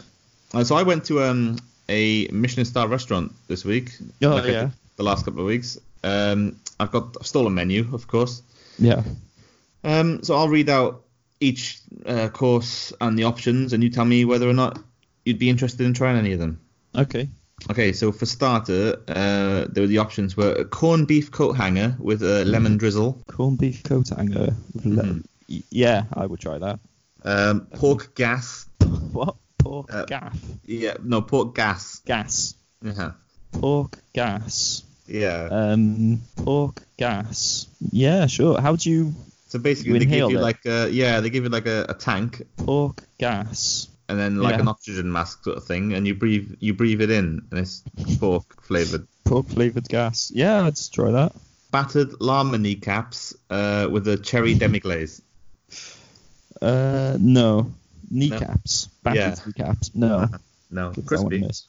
Speaker 1: And so I went to um, a Michelin star restaurant this week.
Speaker 2: Oh,
Speaker 1: I did
Speaker 2: yeah.
Speaker 1: The last couple of weeks. Um, I've got I've stolen menu, of course.
Speaker 2: Yeah.
Speaker 1: Um, so I'll read out each uh, course and the options, and you tell me whether or not you'd be interested in trying any of them.
Speaker 2: Okay.
Speaker 1: Okay, so for starter, uh, there were the options were a corned beef coat hanger with a
Speaker 2: Mm-hmm.
Speaker 1: lemon drizzle,
Speaker 2: Corned beef coat hanger. With le-
Speaker 1: Mhm.
Speaker 2: Y- Yeah, I would try that.
Speaker 1: um, pork gas.
Speaker 2: What? Pork
Speaker 1: Uh,
Speaker 2: gaff.
Speaker 1: Yeah, no pork gas.
Speaker 2: Gas.
Speaker 1: Yeah.
Speaker 2: Pork gas.
Speaker 1: Yeah.
Speaker 2: Um, pork gas. Yeah, sure. How do you
Speaker 1: so basically,
Speaker 2: you
Speaker 1: they give
Speaker 2: inhaled
Speaker 1: you
Speaker 2: it.
Speaker 1: like a, yeah, they give you like a, a tank,
Speaker 2: pork gas?
Speaker 1: and then like
Speaker 2: Yeah.
Speaker 1: an oxygen mask sort of thing, and you breathe you breathe it in, and it's pork flavored.
Speaker 2: Pork flavored gas. Yeah, I'd try that.
Speaker 1: Battered llama kneecaps uh, with a cherry demi-glaze.
Speaker 2: Uh, no. Kneecaps.
Speaker 1: Yeah.
Speaker 2: Battered kneecaps. No.
Speaker 1: No,
Speaker 2: Give that one a
Speaker 1: crispy.
Speaker 2: miss.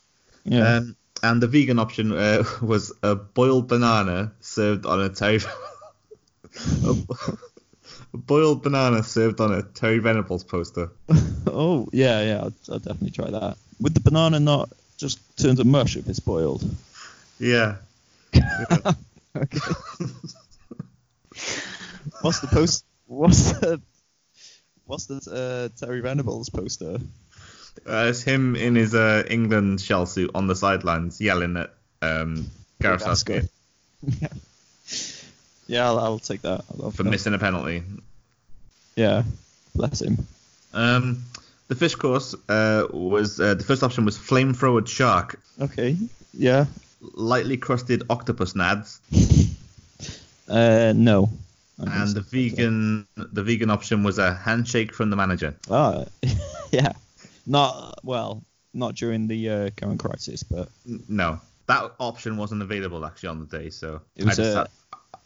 Speaker 2: Yeah.
Speaker 1: Um, and the vegan option uh, was a boiled banana served on a Terry. a bo- a boiled banana served on a Terry Venables poster.
Speaker 2: Oh yeah, yeah, I'll, I'll definitely try that. Would the banana not just turn to mush if it's boiled?
Speaker 1: Yeah.
Speaker 2: What's the post? What's the what's the uh, Terry Venables poster?
Speaker 1: Uh, it's him in his uh, England shell suit on the sidelines yelling at um, Gareth
Speaker 2: That's
Speaker 1: Southgate
Speaker 2: good. yeah, yeah, I'll, I'll take that. I'll, I'll-
Speaker 1: for missing a penalty.
Speaker 2: Yeah, bless him.
Speaker 1: Um, the fish course uh, was uh, the first option was flamethrowered shark,
Speaker 2: Okay. Yeah.
Speaker 1: lightly crusted octopus nads,
Speaker 2: Uh, no. I don't
Speaker 1: and the
Speaker 2: think so.
Speaker 1: vegan the vegan option was a handshake from the manager.
Speaker 2: Ah, yeah. Not well. Not during the uh, current crisis, but
Speaker 1: N- No, that option wasn't available actually on the day, so
Speaker 2: It was
Speaker 1: I just,
Speaker 2: a
Speaker 1: sat,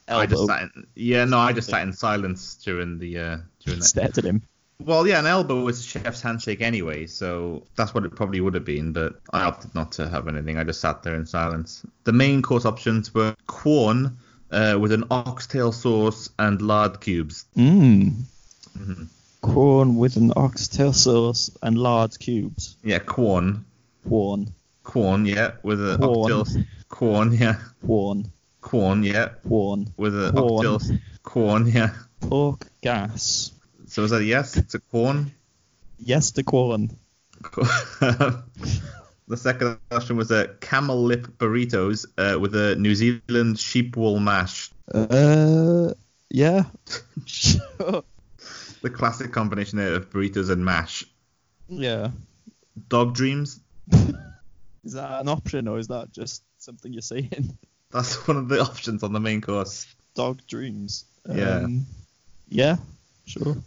Speaker 1: I
Speaker 2: elbow
Speaker 1: just sat in, yeah no I just sat in silence during the uh, during that.
Speaker 2: stared at him.
Speaker 1: Well, yeah, an elbow is a chef's handshake anyway, so that's what it probably would have been, but I opted not to have anything. I just sat there in silence. The main course options were corn uh, with an oxtail sauce and lard cubes.
Speaker 2: Mmm.
Speaker 1: Mm-hmm.
Speaker 2: Corn with an oxtail sauce and large cubes.
Speaker 1: Yeah, corn.
Speaker 2: Corn.
Speaker 1: Corn, yeah, with an
Speaker 2: Corn.
Speaker 1: oxtail. Corn, yeah.
Speaker 2: Corn.
Speaker 1: Corn, yeah,
Speaker 2: Corn.
Speaker 1: with an
Speaker 2: Corn.
Speaker 1: oxtail. Corn, yeah.
Speaker 2: Pork gas.
Speaker 1: So is that a yes? It's a corn.
Speaker 2: Yes to corn.
Speaker 1: Cool. the second option was a camel lip burritos uh, with a New Zealand sheep wool mash.
Speaker 2: Uh, yeah. Sure.
Speaker 1: The classic combination there of burritos and mash.
Speaker 2: yeah.
Speaker 1: Dog dreams.
Speaker 2: Is that an option or is that just something you're saying?
Speaker 1: That's one of the options on the main course.
Speaker 2: Dog dreams. Um,
Speaker 1: Yeah.
Speaker 2: yeah. Sure.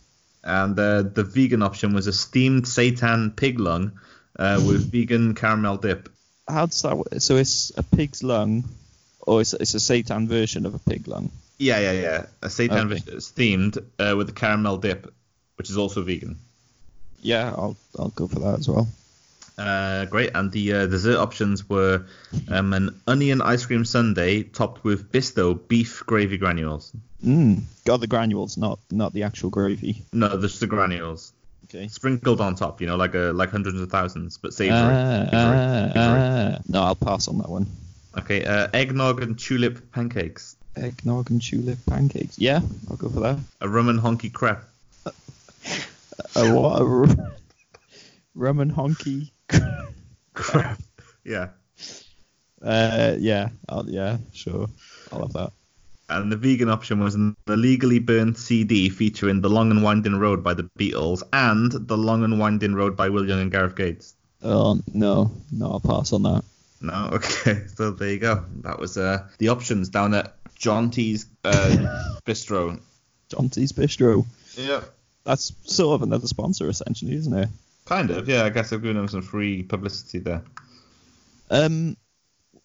Speaker 1: And uh, the vegan option was a steamed seitan pig lung uh, with vegan caramel dip.
Speaker 2: How does that? Work? So it's a pig's lung, or it's it's a seitan version of a pig lung.
Speaker 1: Yeah, yeah, yeah. A seitan
Speaker 2: Okay.
Speaker 1: vis- steamed uh, with a caramel dip, which is also vegan.
Speaker 2: Yeah, I'll I'll go for that as well.
Speaker 1: Uh, great. And the uh, dessert options were um, an onion ice cream sundae topped with Bisto beef gravy granules.
Speaker 2: Mm. Got the granules, not not the actual gravy.
Speaker 1: No, just the granules
Speaker 2: Okay.
Speaker 1: sprinkled on top. You know, like a like hundreds of thousands, but savory.
Speaker 2: Ah,
Speaker 1: Savory.
Speaker 2: ah,
Speaker 1: Savory.
Speaker 2: ah. No, I'll pass on that one.
Speaker 1: Okay. Uh, eggnog and tulip pancakes.
Speaker 2: Eggnog and tulip pancakes. Yeah, I'll go for that.
Speaker 1: A rum and honky crepe.
Speaker 2: A what? A rum, rum and honky.
Speaker 1: Crepe. yeah.
Speaker 2: Uh, yeah, I'll, yeah, sure. I'll have that.
Speaker 1: And the vegan option was an illegally burnt CD featuring "The Long and Winding Road" by the Beatles and "The Long and Winding Road" by Will Young and Gareth Gates.
Speaker 2: Oh no, no, I'll pass on that.
Speaker 1: No, okay. So there you go. That was uh, the options down at John T's uh, Bistro.
Speaker 2: Jonty's Bistro.
Speaker 1: Yeah.
Speaker 2: That's sort of another sponsor, essentially, isn't it?
Speaker 1: Kind of, yeah. I guess I've given them some free publicity there.
Speaker 2: Um,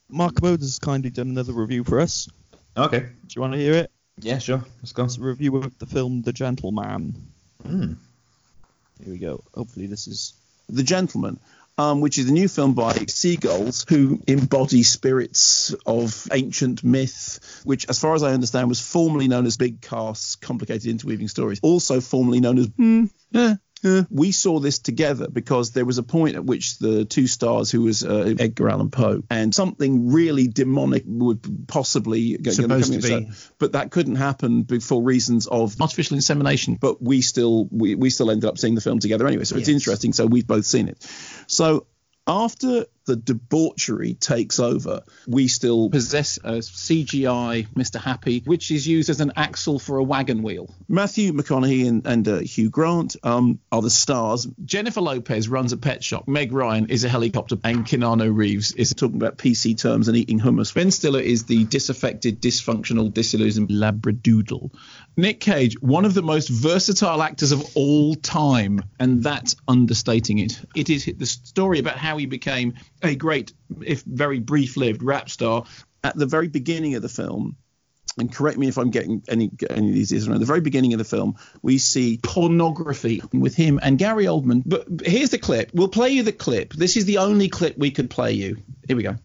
Speaker 2: Mark Mode has kindly done another review for us.
Speaker 1: Okay.
Speaker 2: Do you want to hear it?
Speaker 1: Yeah, sure. Let's go.
Speaker 2: It's a review of the film The Gentleman. Hmm.
Speaker 1: Mm.
Speaker 2: Here we go. Hopefully, this is
Speaker 3: The Gentleman, um, which is a new film by Seagulls, who embody spirits of ancient myth, which, as far as I understand, was formerly known as Big Cast's Complicated Interweaving Stories, also formerly known as. Hmm, eh, eh. We saw this together because there was a point at which the two stars, who was uh, Edgar Allan Poe, and something really demonic would possibly go-
Speaker 4: Supposed
Speaker 3: come in.
Speaker 4: to be.
Speaker 3: but that couldn't happen be- for reasons of artificial insemination. But we still we, we still ended up seeing the film together anyway, so it's
Speaker 4: Yes.
Speaker 3: interesting. So we've both seen it. So after the debauchery takes over, we still
Speaker 4: possess a CGI Mr. Happy, which is used as an axle for a wagon wheel.
Speaker 3: Matthew McConaughey and, and uh, Hugh Grant um, are the stars.
Speaker 4: Jennifer Lopez runs a pet shop. Meg Ryan is a helicopter, and Keanu Reeves is.
Speaker 3: Talking about PC terms and eating hummus.
Speaker 4: Ben Stiller is the disaffected, dysfunctional, disillusioned labradoodle. Nick Cage, one of the most versatile actors of all time, and that's understating it. It is the story about how he became a great, if very brief-lived, rap star
Speaker 3: At the very beginning of the film, and correct me if I'm getting any any of these. wrong, At the very beginning of the film, we see
Speaker 4: pornography with him and Gary Oldman. But here's the clip. We'll play you the clip. This is the only clip we could play you. Here we go.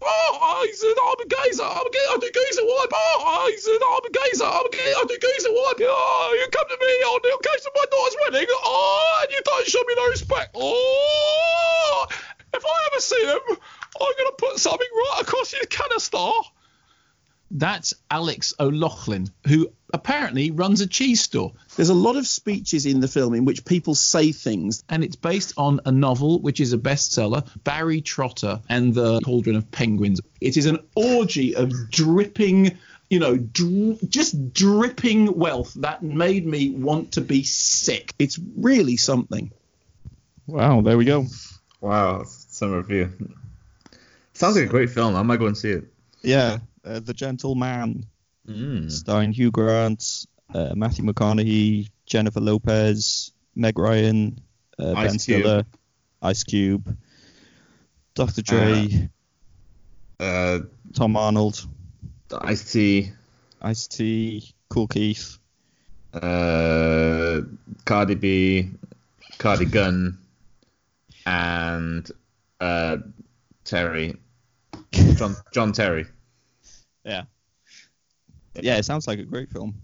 Speaker 4: Oh, I said I'm a geyser. I'm a geyser. I do geyser wipe. Oh, I said I'm a geyser. I'm a geyser. I do geyser wipe. Oh, you come to me on the occasion of my daughter's wedding. Oh, and you don't show me no respect. Oh, if I ever see him, I'm gonna put something right across your canister. That's Alex O'Loughlin, who apparently runs a cheese store
Speaker 3: there's a lot of speeches in the film in which people say things
Speaker 4: and it's based on a novel which is a bestseller, Barry Trotter and the Cauldron of Penguins. It is an orgy of dripping, you know, dri- just dripping wealth that made me want to be sick.
Speaker 3: it's really something.
Speaker 2: wow. There we go.
Speaker 1: Wow, that's some review. Sounds like a great film. I might go and see it.
Speaker 2: Yeah, uh, The Gentleman,
Speaker 1: Mm.
Speaker 2: starring Hugh Grant, uh, Matthew McConaughey, Jennifer Lopez, Meg Ryan, uh,
Speaker 1: Ice Cube.
Speaker 2: Ben Stiller, Ice Cube, Dr. Dre,
Speaker 1: Uh,
Speaker 2: Tom Arnold,
Speaker 1: Ice tea.
Speaker 2: Ice T, Cool Keith,
Speaker 1: uh, Cardi B, Cardi Gun, and uh, Terry, John, John Terry.
Speaker 2: Yeah. Yeah, it sounds like a great film.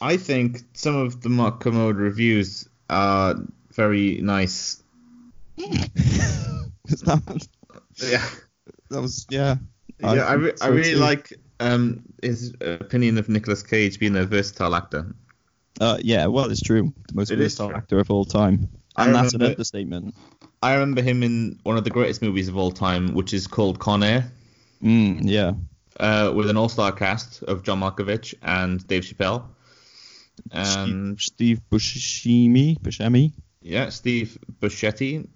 Speaker 1: I think some of the Mark Commode reviews are very nice.
Speaker 2: Was that,
Speaker 1: Yeah,
Speaker 2: that was yeah.
Speaker 1: yeah. I, re-
Speaker 2: think
Speaker 1: I
Speaker 2: so
Speaker 1: really
Speaker 2: too.
Speaker 1: like um, his opinion of Nicolas Cage being a versatile actor.
Speaker 2: Uh, yeah, well, it's true. The most
Speaker 1: It is
Speaker 2: versatile
Speaker 1: true.
Speaker 2: actor of all time,
Speaker 1: I
Speaker 2: and that's an
Speaker 1: remember-
Speaker 2: understatement.
Speaker 1: I remember him in one of the greatest movies of all time, which is called Con Air,
Speaker 2: Mm, yeah,
Speaker 1: uh, with an all-star cast of John Malkovich and Dave Chappelle. Um,
Speaker 2: Steve Buscemi, Buscemi,
Speaker 1: yeah, Steve Buscetti.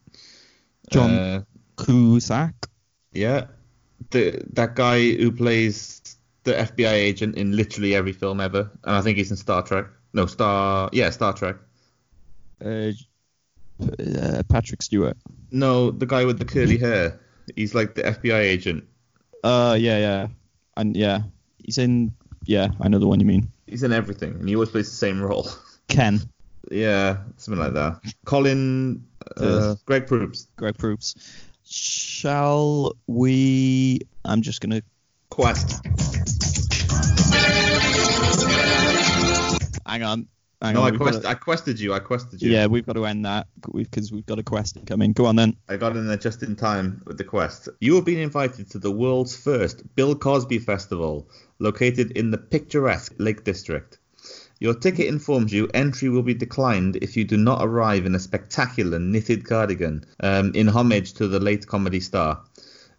Speaker 2: John
Speaker 1: Uh,
Speaker 2: Cusack.
Speaker 1: yeah, the, that guy who plays the FBI agent in literally every film ever, and I think he's in Star Trek. No, Star. Yeah, Star Trek.
Speaker 2: uh, uh, Patrick Stewart.
Speaker 1: No, the guy with the curly hair. He's like the FBI agent.
Speaker 2: Uh, yeah, yeah, and yeah, he's in. Yeah, I know the one you mean.
Speaker 1: He's in everything, and he always plays the same role.
Speaker 2: Ken,
Speaker 1: yeah, something like that. Colin, uh,
Speaker 2: Uh,
Speaker 1: Greg Proops.
Speaker 2: Greg Proops. Shall we? I'm just gonna.
Speaker 1: Quest.
Speaker 2: Hang on. Hang
Speaker 1: No,
Speaker 2: on.
Speaker 1: I,
Speaker 2: we've
Speaker 1: quest-
Speaker 2: gotta-
Speaker 1: I quested you. I quested you.
Speaker 2: yeah, we've got to end that because we've got a quest to come in. Go on then.
Speaker 1: I got in there just in time with the quest. You have been invited to the world's first Bill Cosby Festival, located in the picturesque Lake District. Your ticket informs you entry will be declined if you do not arrive in a spectacular knitted cardigan um, in homage to the late comedy star.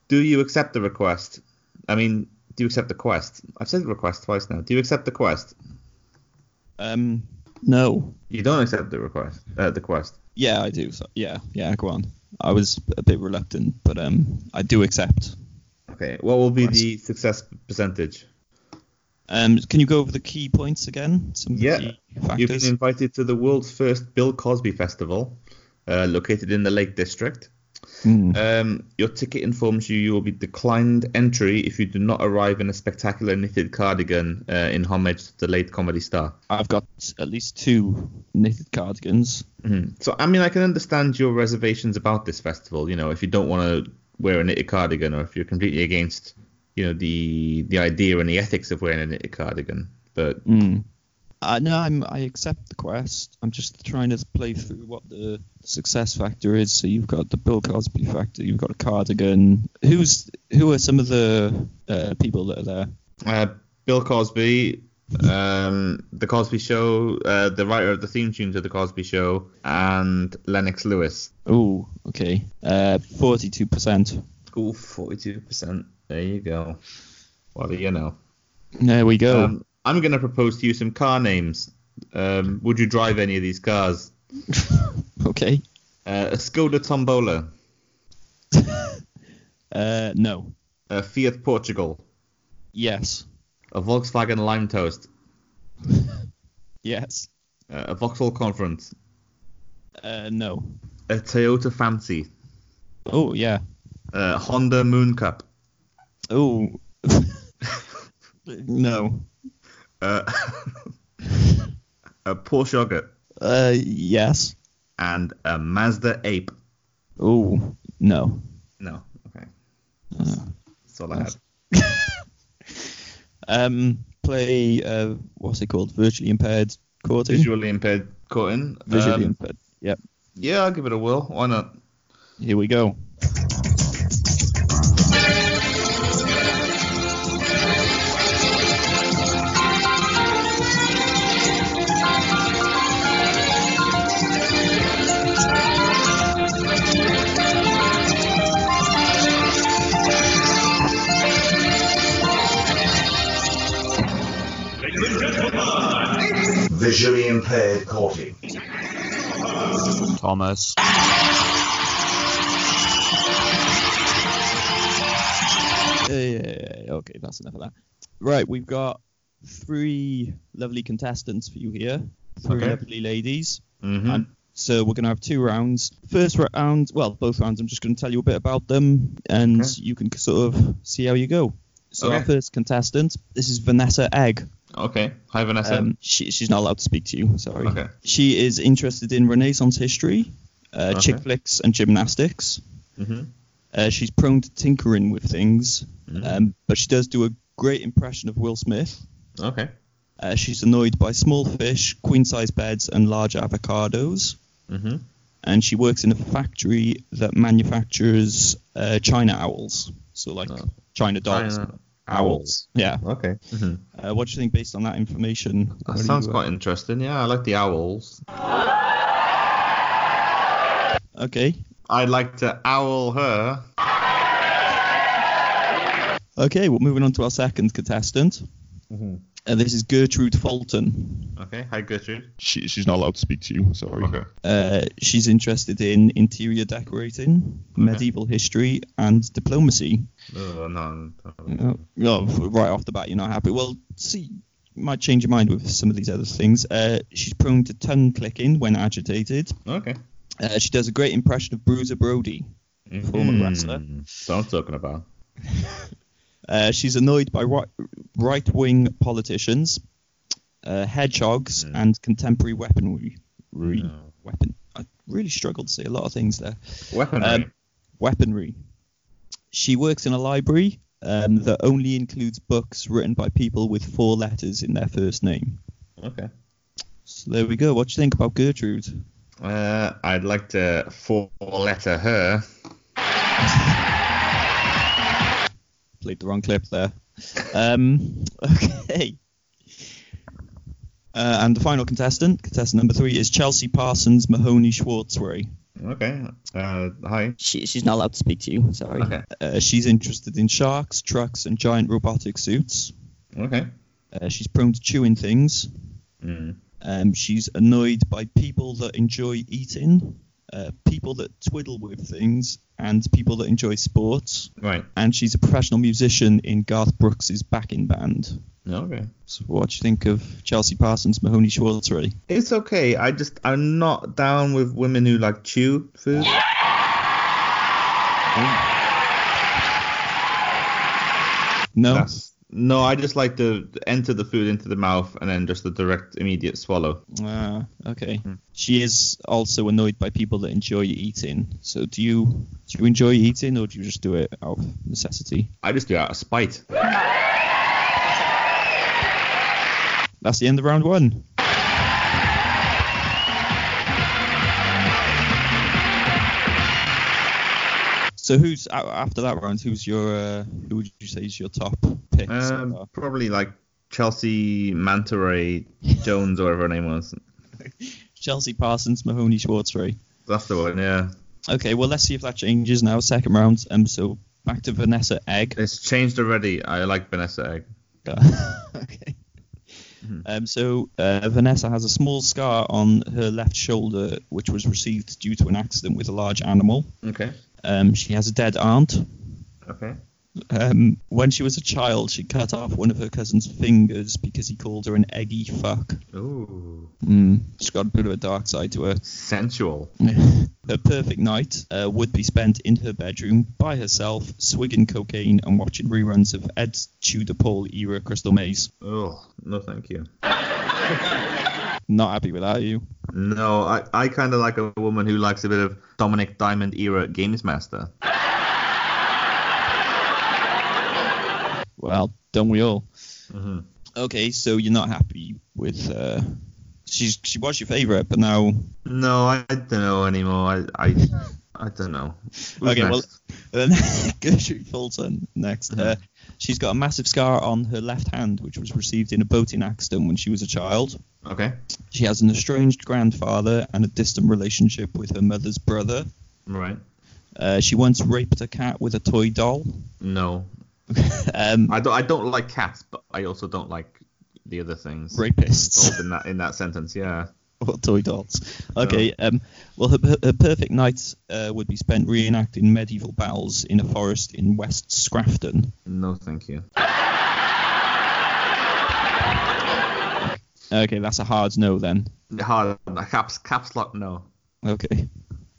Speaker 1: Do you accept the request? I mean, do you accept the quest? I've said request twice now. Do you accept the quest?
Speaker 2: Um, no.
Speaker 1: You don't accept the request. Uh, the quest.
Speaker 2: Yeah, I do. So, yeah, yeah. Go on. I was a bit reluctant, but um, I do accept.
Speaker 1: Okay. What will be
Speaker 2: Quest.
Speaker 1: the success percentage?
Speaker 2: Um, can you go over the key points again? Some of the
Speaker 1: Yeah.
Speaker 2: key
Speaker 1: You've been
Speaker 2: factors.
Speaker 1: invited to the world's first Bill Cosby Festival, uh, located in the Lake District.
Speaker 2: Mm.
Speaker 1: Um, your ticket informs you you will be declined entry if you do not arrive in a spectacular knitted cardigan uh, in homage to the late comedy star.
Speaker 2: I've got at least two knitted cardigans.
Speaker 1: Mhm. So, I mean, I can understand your reservations about this festival. You know, if you don't want to wear a knitted cardigan, or if you're completely against, you know, the the idea and the ethics of wearing a knitted cardigan. But
Speaker 2: Mm. Uh, no, I'm, I accept the quest. I'm just trying to play through what the success factor is. So you've got the Bill Cosby factor. You've got a cardigan. Who's who are some of the uh, people that are there?
Speaker 1: Uh, Bill Cosby, um, The Cosby Show, uh, the writer of the theme tune to The Cosby Show, and Lennox Lewis.
Speaker 2: Oh, okay. Uh, Forty-two percent.
Speaker 1: Ooh, 42%. There you go. What do you know?
Speaker 2: There we go.
Speaker 1: Um, I'm going to propose to you some car names. Um, would you drive any of these cars?
Speaker 2: okay.
Speaker 1: Uh, a Skoda Tombola,
Speaker 2: Uh, no.
Speaker 1: a Fiat Portugal,
Speaker 2: Yes.
Speaker 1: a Volkswagen Lime Toast,
Speaker 2: Yes.
Speaker 1: uh, a Vauxhall Conference,
Speaker 2: Uh, no.
Speaker 1: a Toyota Fancy,
Speaker 2: Oh yeah.
Speaker 1: uh, Honda Moon Cup,
Speaker 2: Oh. no.
Speaker 1: uh, a Porsche Yogurt.
Speaker 2: Uh, yes.
Speaker 1: and a Mazda Ape.
Speaker 2: Oh no.
Speaker 1: No, okay,
Speaker 2: Uh,
Speaker 1: that's all I had.
Speaker 2: um, play uh, what's it called? Virtually impaired courting.
Speaker 1: Visually impaired Cotton.
Speaker 2: Visually
Speaker 1: Um,
Speaker 2: impaired. Yep.
Speaker 1: yeah, I'll give it a whirl. Why not?
Speaker 2: Here we go.
Speaker 5: Visually impaired courting.
Speaker 6: Thomas.
Speaker 2: Yeah, yeah, yeah, yeah. Okay, that's enough of that. Right, we've got three lovely contestants for you here. Three
Speaker 1: Okay.
Speaker 2: lovely ladies.
Speaker 1: hmm
Speaker 2: And so we're going to have two rounds. First round, well, both rounds, I'm just going to tell you a bit about them and
Speaker 1: Okay.
Speaker 2: you can sort of see how you go. So, our
Speaker 1: Okay.
Speaker 2: first contestant, this is Vanessa Egg.
Speaker 1: Okay. Hi, Vanessa.
Speaker 2: Um, she, she's not allowed to speak to you. Sorry.
Speaker 1: Okay.
Speaker 2: She is interested in Renaissance history, uh, chick
Speaker 1: Okay.
Speaker 2: flicks, and gymnastics.
Speaker 1: hmm
Speaker 2: Uh, she's prone to tinkering with things,
Speaker 1: Mhm.
Speaker 2: um, but she does do a great impression of Will Smith.
Speaker 1: Okay.
Speaker 2: Uh, she's annoyed by small fish, queen size beds, and large avocados.
Speaker 1: hmm
Speaker 2: And she works in a factory that manufactures uh, China owls. So, like
Speaker 1: Oh.
Speaker 2: China dolls.
Speaker 1: China
Speaker 2: Owls. Yeah.
Speaker 1: Okay. hmm
Speaker 2: Uh, what do you think based on that information? What
Speaker 1: That
Speaker 2: do
Speaker 1: sounds
Speaker 2: you, uh,
Speaker 1: quite interesting. Yeah, I like the owls.
Speaker 2: Okay.
Speaker 1: I'd like to owl her.
Speaker 2: Okay, well, moving on to our second contestant.
Speaker 1: Mm-hmm.
Speaker 2: Uh, this is Gertrude Fulton.
Speaker 1: Okay. Hi, Gertrude.
Speaker 5: She, she's not allowed to speak to you. Sorry.
Speaker 1: Okay.
Speaker 2: Uh, she's interested in interior decorating, medieval history, and diplomacy.
Speaker 1: Oh, no. no.
Speaker 2: Uh, oh, right off the bat, you're not happy. Well, see, you might change your mind with some of these other things. Uh, she's prone to tongue clicking when agitated.
Speaker 1: Okay.
Speaker 2: Uh, she does a great impression of Bruiser Brody. Former wrestler.
Speaker 1: Mhm. So I'm talking about.
Speaker 2: Uh, she's annoyed by right wing politicians, uh, hedgehogs,
Speaker 1: Mm.
Speaker 2: and contemporary weaponry. Re-
Speaker 1: No.
Speaker 2: Weapon. I really struggled to say a lot of things there.
Speaker 1: Weaponry.
Speaker 2: Um, Weaponry. She works in a library um, that only includes books written by people with four letters in their first name.
Speaker 1: okay.
Speaker 2: So there we go. What do you think about Gertrude?
Speaker 1: Uh, I'd like to four-letter her.
Speaker 2: Played the wrong clip there. Um, okay. Uh, and the final contestant, contestant number three, is Chelsea Parsons Mahoney Schwartzway.
Speaker 1: Okay. Uh, hi.
Speaker 2: She, she's not allowed to speak to you. Sorry.
Speaker 1: Okay.
Speaker 2: Uh, she's interested in sharks, trucks, and giant robotic suits.
Speaker 1: Okay.
Speaker 2: Uh, she's prone to chewing things.
Speaker 1: Mm.
Speaker 2: Um, she's annoyed by people that enjoy eating, uh, people that twiddle with things, and people that enjoy sports.
Speaker 1: Right.
Speaker 2: And she's a professional musician in Garth Brooks's backing band.
Speaker 1: Okay.
Speaker 2: So what do you think of Chelsea Parsons, Mahoney Schwartz, really?
Speaker 1: It's okay. I just I'm not down with women who like chew food.
Speaker 2: No?
Speaker 1: That's- no, I just like to enter the food into the mouth and then just the direct immediate swallow.
Speaker 2: Ah, okay. She is also annoyed by people that enjoy eating. So do you do you enjoy eating or do you just do it out of necessity?
Speaker 1: I just do it out of spite.
Speaker 2: That's the end of round one. So who's a- after that round? Who's your uh, who would you say is your top pick? so
Speaker 1: Um,
Speaker 2: far?
Speaker 1: probably like Chelsea Manta Ray Jones or whatever her name was.
Speaker 2: Chelsea Parsons, Mahoney Schwartzray.
Speaker 1: That's the one. Yeah,
Speaker 2: Okay, well let's see if that changes now. Second round. Um, so back to Vanessa Egg.
Speaker 1: it's changed already. I like Vanessa Egg.
Speaker 2: okay.
Speaker 1: Mhm.
Speaker 2: Um, so uh, Vanessa has a small scar on her left shoulder, which was received due to an accident with a large animal.
Speaker 1: Okay.
Speaker 2: Um, she has a dead aunt.
Speaker 1: Okay.
Speaker 2: Um, when she was a child, she cut off one of her cousin's fingers because he called her an eggy fuck.
Speaker 1: Ooh,
Speaker 2: Mm. She's got a bit of a dark side to her.
Speaker 1: sensual.
Speaker 2: her perfect night uh, would be spent in her bedroom by herself, swigging cocaine and watching reruns of Ed Tudor Paul era Crystal Maze.
Speaker 1: Oh no, thank you.
Speaker 2: Not happy with that, are you?
Speaker 1: No, I, I kind of like a woman who likes a bit of Dominic Diamond era Games Master.
Speaker 2: Well, don't we all?
Speaker 1: hmm
Speaker 2: Okay, so you're not happy with. Uh, she's she was your favourite, but now
Speaker 1: No, I, I don't know anymore. I I, I don't know. Who's
Speaker 2: Okay, well-
Speaker 1: next?
Speaker 2: then Gertrude Fulton next. Uh, she's got a massive scar on her left hand, which was received in a boating accident when she was a child.
Speaker 1: okay,
Speaker 2: She has an estranged grandfather and a distant relationship with her mother's brother.
Speaker 1: right.
Speaker 2: Uh, she once raped a cat with a toy doll.
Speaker 1: No,
Speaker 2: um,
Speaker 1: I don't I don't like cats, but I also don't like the other things
Speaker 2: rapists
Speaker 1: involved in that in that sentence. Yeah.
Speaker 2: or toy dolls. Okay. Um, well, her, her, her perfect night uh, would be spent reenacting medieval battles in a forest in West Scrafton.
Speaker 1: No, thank you.
Speaker 2: Okay, that's a hard no then.
Speaker 1: Hard caps caps lock. No.
Speaker 2: Okay.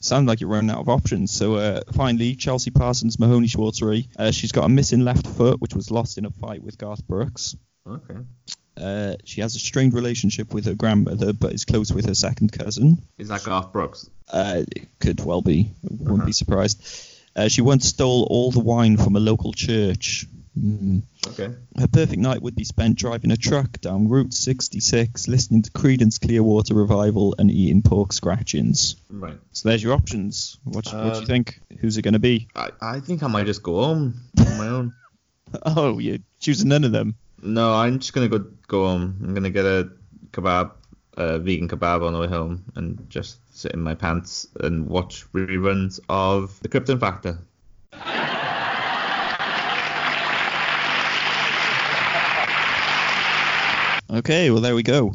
Speaker 2: Sounds like you're running out of options. So uh, finally, Chelsea Parsons, Mahoney Schwartzery. Uh, she's got a missing left foot, which was lost in a fight with Garth Brooks.
Speaker 1: Okay.
Speaker 2: Uh, she has a strained relationship with her grandmother, but is close with her second cousin.
Speaker 1: Is that Garth Brooks?
Speaker 2: Uh, it could well be. Wouldn't be surprised. Uh, she once stole all the wine from a local church. Mm.
Speaker 1: Okay.
Speaker 2: Her perfect night would be spent driving a truck down Route 66, listening to Creedence Clearwater Revival, and eating pork scratchings.
Speaker 1: Right.
Speaker 2: So there's your options. What, what do
Speaker 1: Um,
Speaker 2: you think? Who's it going to be?
Speaker 1: I, I think I might just go home on my own.
Speaker 2: Oh, you're choosing none of them.
Speaker 1: No, I'm just gonna go go home. I'm gonna get a kebab, a vegan kebab on the way home, and just sit in my pants and watch reruns of The Krypton Factor.
Speaker 2: Okay, well there we go.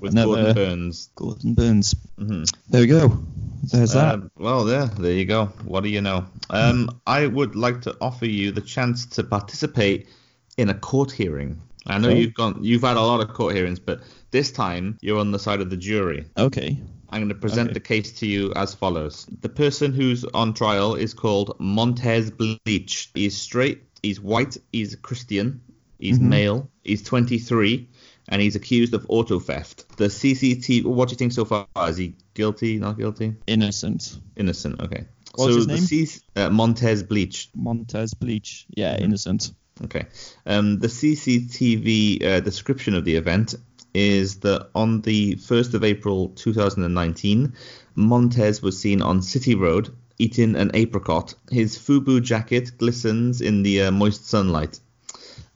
Speaker 1: with
Speaker 2: Another-
Speaker 1: Gordon Burns.
Speaker 2: Gordon Burns.
Speaker 1: Mhm.
Speaker 2: There we go. There's that.
Speaker 1: Um, well, yeah, there you go. What do you know? Um, I would like to offer you the chance to participate in a court hearing. I know
Speaker 2: Okay.
Speaker 1: you've gone, you've had a lot of court hearings, but this time you're on the side of the jury.
Speaker 2: Okay.
Speaker 1: I'm going to present
Speaker 2: Okay.
Speaker 1: the case to you as follows. The person who's on trial is called Montez Bleach. He's straight, he's white, he's a Christian, he's
Speaker 2: Mm-hmm.
Speaker 1: male, he's 23, and he's accused of auto theft. The CCTV, what do you think so far? Is he guilty, not guilty?
Speaker 2: Innocent.
Speaker 1: Innocent, okay.
Speaker 2: What's
Speaker 1: so
Speaker 2: his
Speaker 1: the
Speaker 2: name?
Speaker 1: C- uh, Montez Bleach.
Speaker 2: Montez Bleach. Yeah, innocent.
Speaker 1: Okay. Um, the CCTV uh, description of the event is that on the 1st of April 2019, Montez was seen on City Road eating an apricot. His FUBU jacket glistens in the uh, moist sunlight.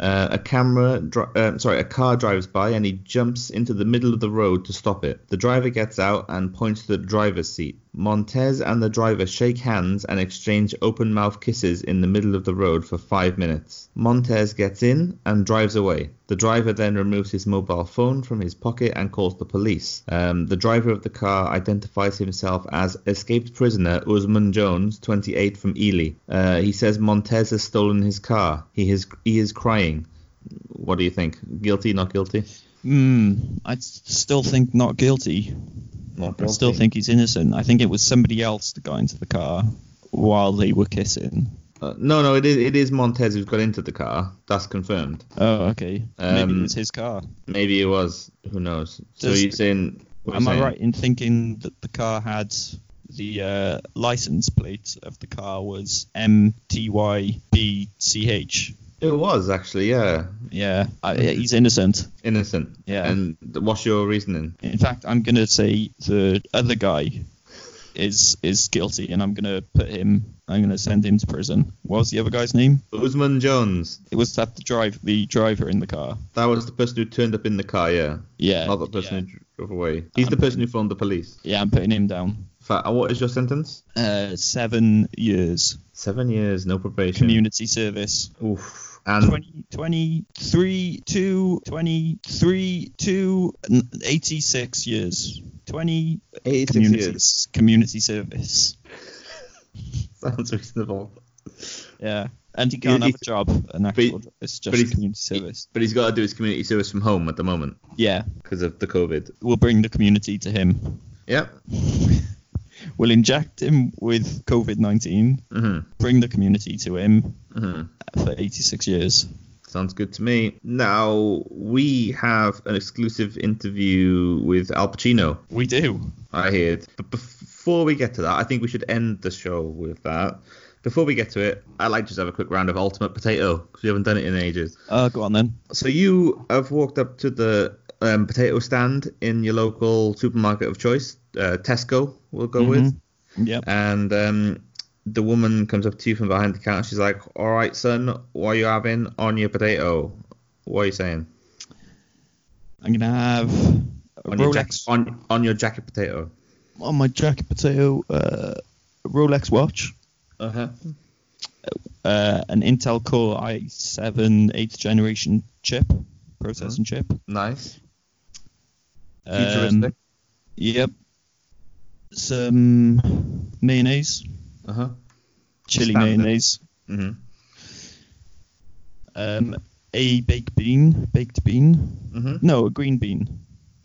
Speaker 1: Uh, a camera, dri- uh, sorry, a car drives by and he jumps into the middle of the road to stop it. The driver gets out and points to the driver's seat. Montez and the driver shake hands and exchange open mouth kisses in the middle of the road for five minutes. Montez gets in and drives away. The driver then removes his mobile phone from his pocket and calls the police. Um, the driver of the car identifies himself as escaped prisoner Usman Jones, 28, from Ely. Uh, he says Montez has stolen his car. He is he is crying. What do you think? Guilty? Not guilty?
Speaker 2: Hmm. I s- still think not guilty.
Speaker 1: Not
Speaker 2: I still think he's innocent. I think it was somebody else that got into the car while they were kissing.
Speaker 1: Uh, no, no. It is it is Montez who's got into the car. That's confirmed.
Speaker 2: Oh, okay. Maybe
Speaker 1: Um,
Speaker 2: it was his car.
Speaker 1: Maybe it was. Who knows? So
Speaker 2: Does-
Speaker 1: you're saying? what are you
Speaker 2: Am I
Speaker 1: saying?
Speaker 2: right in thinking that the car had the uh, license plate of the car was MTYBCH?
Speaker 1: It was actually, yeah.
Speaker 2: Yeah, I, he's innocent.
Speaker 1: Innocent.
Speaker 2: Yeah.
Speaker 1: And th- what's your reasoning?
Speaker 2: In fact, I'm gonna say the other guy is is guilty, and I'm gonna put him. I'm gonna send him to prison. What was the other guy's name?
Speaker 1: Usman Jones.
Speaker 2: It was that the drive the driver in the car.
Speaker 1: That was the person who turned up in the car, yeah.
Speaker 2: Yeah.
Speaker 1: Not the person
Speaker 2: yeah.
Speaker 1: who drove away. He's the
Speaker 2: I'm-
Speaker 1: person who phoned the police.
Speaker 2: Yeah, I'm putting him down.
Speaker 1: Fa- uh, What is your sentence?
Speaker 2: Uh, seven years
Speaker 1: Seven years, no probation.
Speaker 2: community service.
Speaker 1: Oof. And
Speaker 2: 20, 23, 2, 23, 2, n- 86 years. 20
Speaker 1: 86
Speaker 2: community,
Speaker 1: years.
Speaker 2: community service.
Speaker 1: Sounds reasonable.
Speaker 2: Yeah. And he can't
Speaker 1: He-
Speaker 2: have a job. An actual, it's just
Speaker 1: but he's-
Speaker 2: community service.
Speaker 1: But he's got to do his community service from home at the moment
Speaker 2: Yeah.
Speaker 1: because of the COVID.
Speaker 2: We'll bring the community to him.
Speaker 1: Yep.
Speaker 2: We'll inject him with COVID 19,
Speaker 1: hmm
Speaker 2: bring the community to him uh,
Speaker 1: hmm
Speaker 2: for 86 years.
Speaker 1: Sounds good to me. Now, we have an exclusive interview with Al Pacino.
Speaker 2: We do.
Speaker 1: I hear. it. But before we get to that, I think we should end the show with that. Before we get to it, I'd like to just have a quick round of Ultimate Potato because we haven't done it in ages.
Speaker 2: Uh, go on then.
Speaker 1: So you have walked up to the um, potato stand in your local supermarket of choice, uh, Tesco, we'll go with,
Speaker 2: Mm-hmm. Yep.
Speaker 1: and um, the woman comes up to you from behind the counter. She's like, "All right, son, what are you having on your potato? What are you saying
Speaker 2: I'm going to have a
Speaker 1: on your jack-
Speaker 2: Rolex.
Speaker 1: on on your jacket potato?"
Speaker 2: on my jacket potato uh, Rolex watch,
Speaker 1: Uh huh.
Speaker 2: uh, an Intel Core i7 8th generation chip, processing chip.
Speaker 1: Nice.
Speaker 2: Um,
Speaker 1: Futuristic.
Speaker 2: Yep. Some mayonnaise,
Speaker 1: Uh huh.
Speaker 2: chili
Speaker 1: Standard.
Speaker 2: mayonnaise,
Speaker 1: Mhm.
Speaker 2: um, a baked bean, baked bean.
Speaker 1: Mhm.
Speaker 2: No, a green bean.
Speaker 1: A
Speaker 2: Can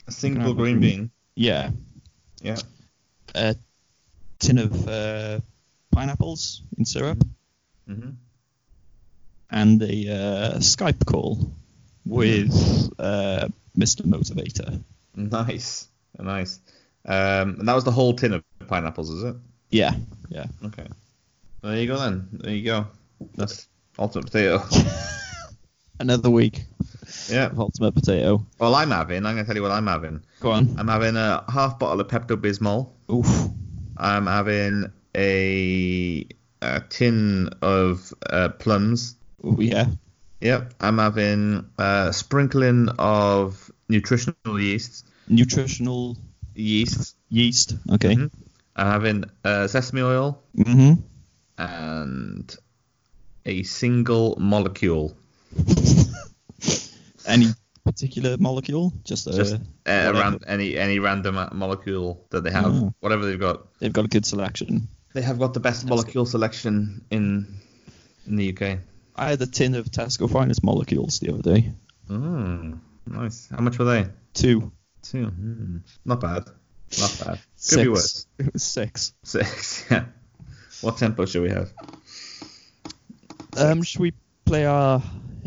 Speaker 2: I
Speaker 1: single
Speaker 2: have a
Speaker 1: green
Speaker 2: green
Speaker 1: bean.
Speaker 2: Yeah.
Speaker 1: Yeah.
Speaker 2: A tin of uh, pineapples in syrup
Speaker 1: hmm
Speaker 2: and a uh, Skype call with uh, Mr. Motivator.
Speaker 1: Nice, nice. Um, and that was the whole tin of pineapples, is it?
Speaker 2: Yeah, yeah.
Speaker 1: Okay. There you go then. There you go. That's ultimate potato.
Speaker 2: Another week
Speaker 1: yeah.
Speaker 2: of Ultimate Potato.
Speaker 1: Well, I'm having. I'm gonna tell you what I'm having.
Speaker 2: Go on.
Speaker 1: I'm having a half bottle of Pepto Bismol.
Speaker 2: Oof.
Speaker 1: I'm having a, a tin of uh, plums.
Speaker 2: Ooh, yeah.
Speaker 1: Yep. I'm having a sprinkling of nutritional yeast.
Speaker 2: Nutritional
Speaker 1: Yeast.
Speaker 2: yeast. Okay.
Speaker 1: Mhm. I'm having uh, sesame oil
Speaker 2: Mm-hmm.
Speaker 1: and a single molecule.
Speaker 2: Any particular molecule? Just, uh,
Speaker 1: Just uh,
Speaker 2: whatever.
Speaker 1: ran- any any random molecule that they have,
Speaker 2: Mm.
Speaker 1: whatever they've got.
Speaker 2: they've got a good selection.
Speaker 1: They have got the best molecule selection in in the UK.
Speaker 2: I had a tin of Tesco Finest molecules the other day.
Speaker 1: Mm, nice. How much were they?
Speaker 2: Two.
Speaker 1: Two. Mm, not bad. Not bad. Could
Speaker 2: Six.
Speaker 1: be worse.
Speaker 2: It was six.
Speaker 1: Six. Yeah. What tempo should we have?
Speaker 2: Um, should we play our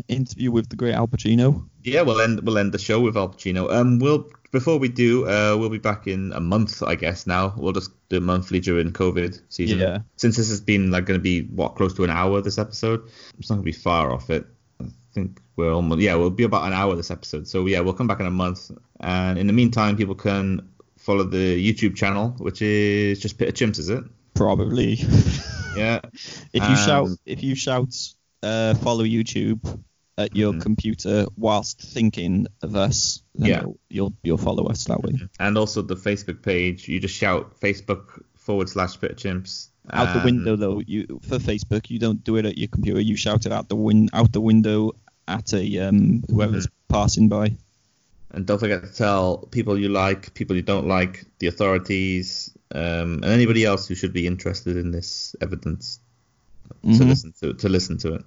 Speaker 2: interview with the great Al Pacino?
Speaker 1: Yeah, we'll end we'll end the show with Al Pacino. Um, we'll before we do, uh, we'll be back in a month, I guess. Now we'll just do monthly during COVID season.
Speaker 2: Yeah.
Speaker 1: Since this has been like going to be what close to an hour this episode, it's not going to be far off it. I think we're almost yeah, we'll be about an hour this episode. So yeah, we'll come back in a month, and in the meantime, people can follow the YouTube channel, which is just Pit of Chimps, is it?
Speaker 2: Probably.
Speaker 1: Yeah.
Speaker 2: If you
Speaker 1: Um,
Speaker 2: shout, if you shout, uh, follow YouTube at your computer whilst thinking of us,
Speaker 1: Mm-hmm.
Speaker 2: then
Speaker 1: Yeah.
Speaker 2: you'll, you'll you'll follow us that way.
Speaker 1: And also the Facebook page. You just shout Facebook forward slash Pit of Chimps.
Speaker 2: Out the
Speaker 1: and-
Speaker 2: window though, you for Facebook, you don't do it at your computer. You shout it out the win out the window at a um whoever's
Speaker 1: Mm-hmm.
Speaker 2: passing by.
Speaker 1: And don't forget to tell people you like, people you don't like, the authorities, um, and anybody else who should be interested in this evidence to
Speaker 2: Mhm.
Speaker 1: listen to to listen to it.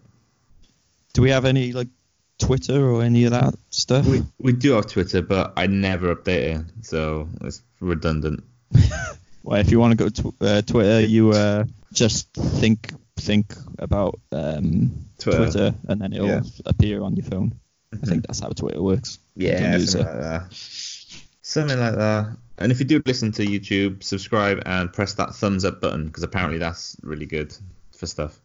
Speaker 2: Do we have any like Twitter or any of that stuff?
Speaker 1: We we do have Twitter, but I never update it, so it's redundant.
Speaker 2: Well, if you want to go to uh, Twitter, you uh, just think think about um,
Speaker 1: Twitter.
Speaker 2: Twitter. and then it'll
Speaker 1: Yeah. Mm-hmm.
Speaker 2: appear on your phone. I think that's how Twitter works.
Speaker 1: Yeah,
Speaker 2: Use
Speaker 1: something
Speaker 2: it.
Speaker 1: like that. Something like that. And if you do listen to YouTube, subscribe and press that thumbs up button because apparently that's really good for stuff.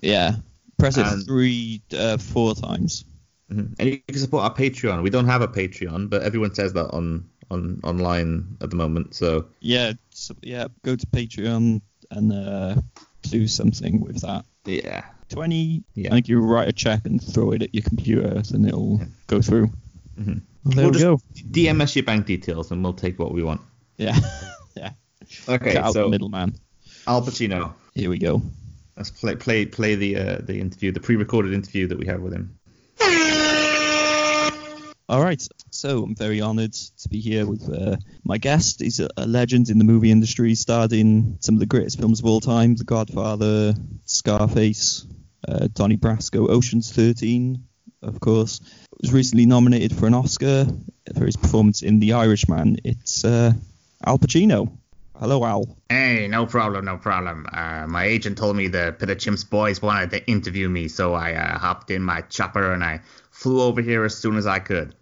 Speaker 2: Yeah, press it
Speaker 1: And-
Speaker 2: three, uh, four times.
Speaker 1: Mhm. And you can support our Patreon. We don't have a Patreon, but everyone says that on on online at the moment. So
Speaker 2: Yeah, so, yeah. Go to Patreon and uh, do something with that.
Speaker 1: yeah,
Speaker 2: Twenty.
Speaker 1: Yeah.
Speaker 2: I think you write a check and throw it at your computer, and it'll go through.
Speaker 1: Mhm.
Speaker 2: Well, there
Speaker 1: We'll
Speaker 2: we
Speaker 1: just-
Speaker 2: go.
Speaker 1: DM us your bank details and we'll take what we want.
Speaker 2: Yeah, yeah.
Speaker 1: Okay,
Speaker 2: Cut out the
Speaker 1: so
Speaker 2: middleman.
Speaker 1: Al Pacino.
Speaker 2: Here we go.
Speaker 1: Let's play play play the uh, the interview, the pre-recorded interview that we had with him.
Speaker 2: All right, so I'm very honoured to be here with uh, my guest. He's a, a legend in the movie industry, starred in some of the greatest films of all time: The Godfather, Scarface, uh, Donnie Brasco, Ocean's 13, of course. Was recently nominated for an Oscar for his performance in The Irishman. It's uh, Al Pacino. Hello, Al.
Speaker 6: Hey, no problem, no problem. Uh, my agent told me the Pit of Chimps boys wanted to interview me, so I uh, hopped in my chopper and I flew over here as soon as I could.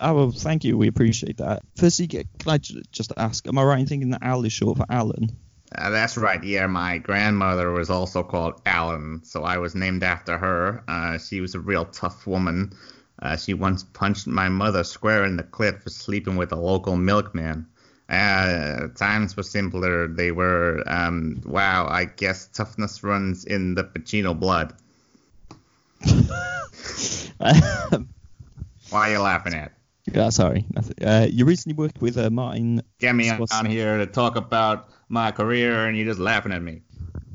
Speaker 2: Oh, well, thank you. We appreciate that. Firstly, c- can I j- just ask, am I right in thinking that Al is short for Alan?
Speaker 6: Uh, that's right, yeah, my grandmother was also called Allen, so I was named after her. Uh, she was a real tough woman. Uh, she once punched my mother square in the clit for sleeping with a local milkman. Uh, times were simpler. They were, um, wow, I guess toughness runs in the Pacino blood.
Speaker 2: Um,
Speaker 6: Why are you laughing at?
Speaker 2: Yeah, sorry. nothing. Uh, you recently worked with uh, Martin.
Speaker 6: Get me
Speaker 2: What's-
Speaker 6: on here to talk about my career, and you're just laughing at me.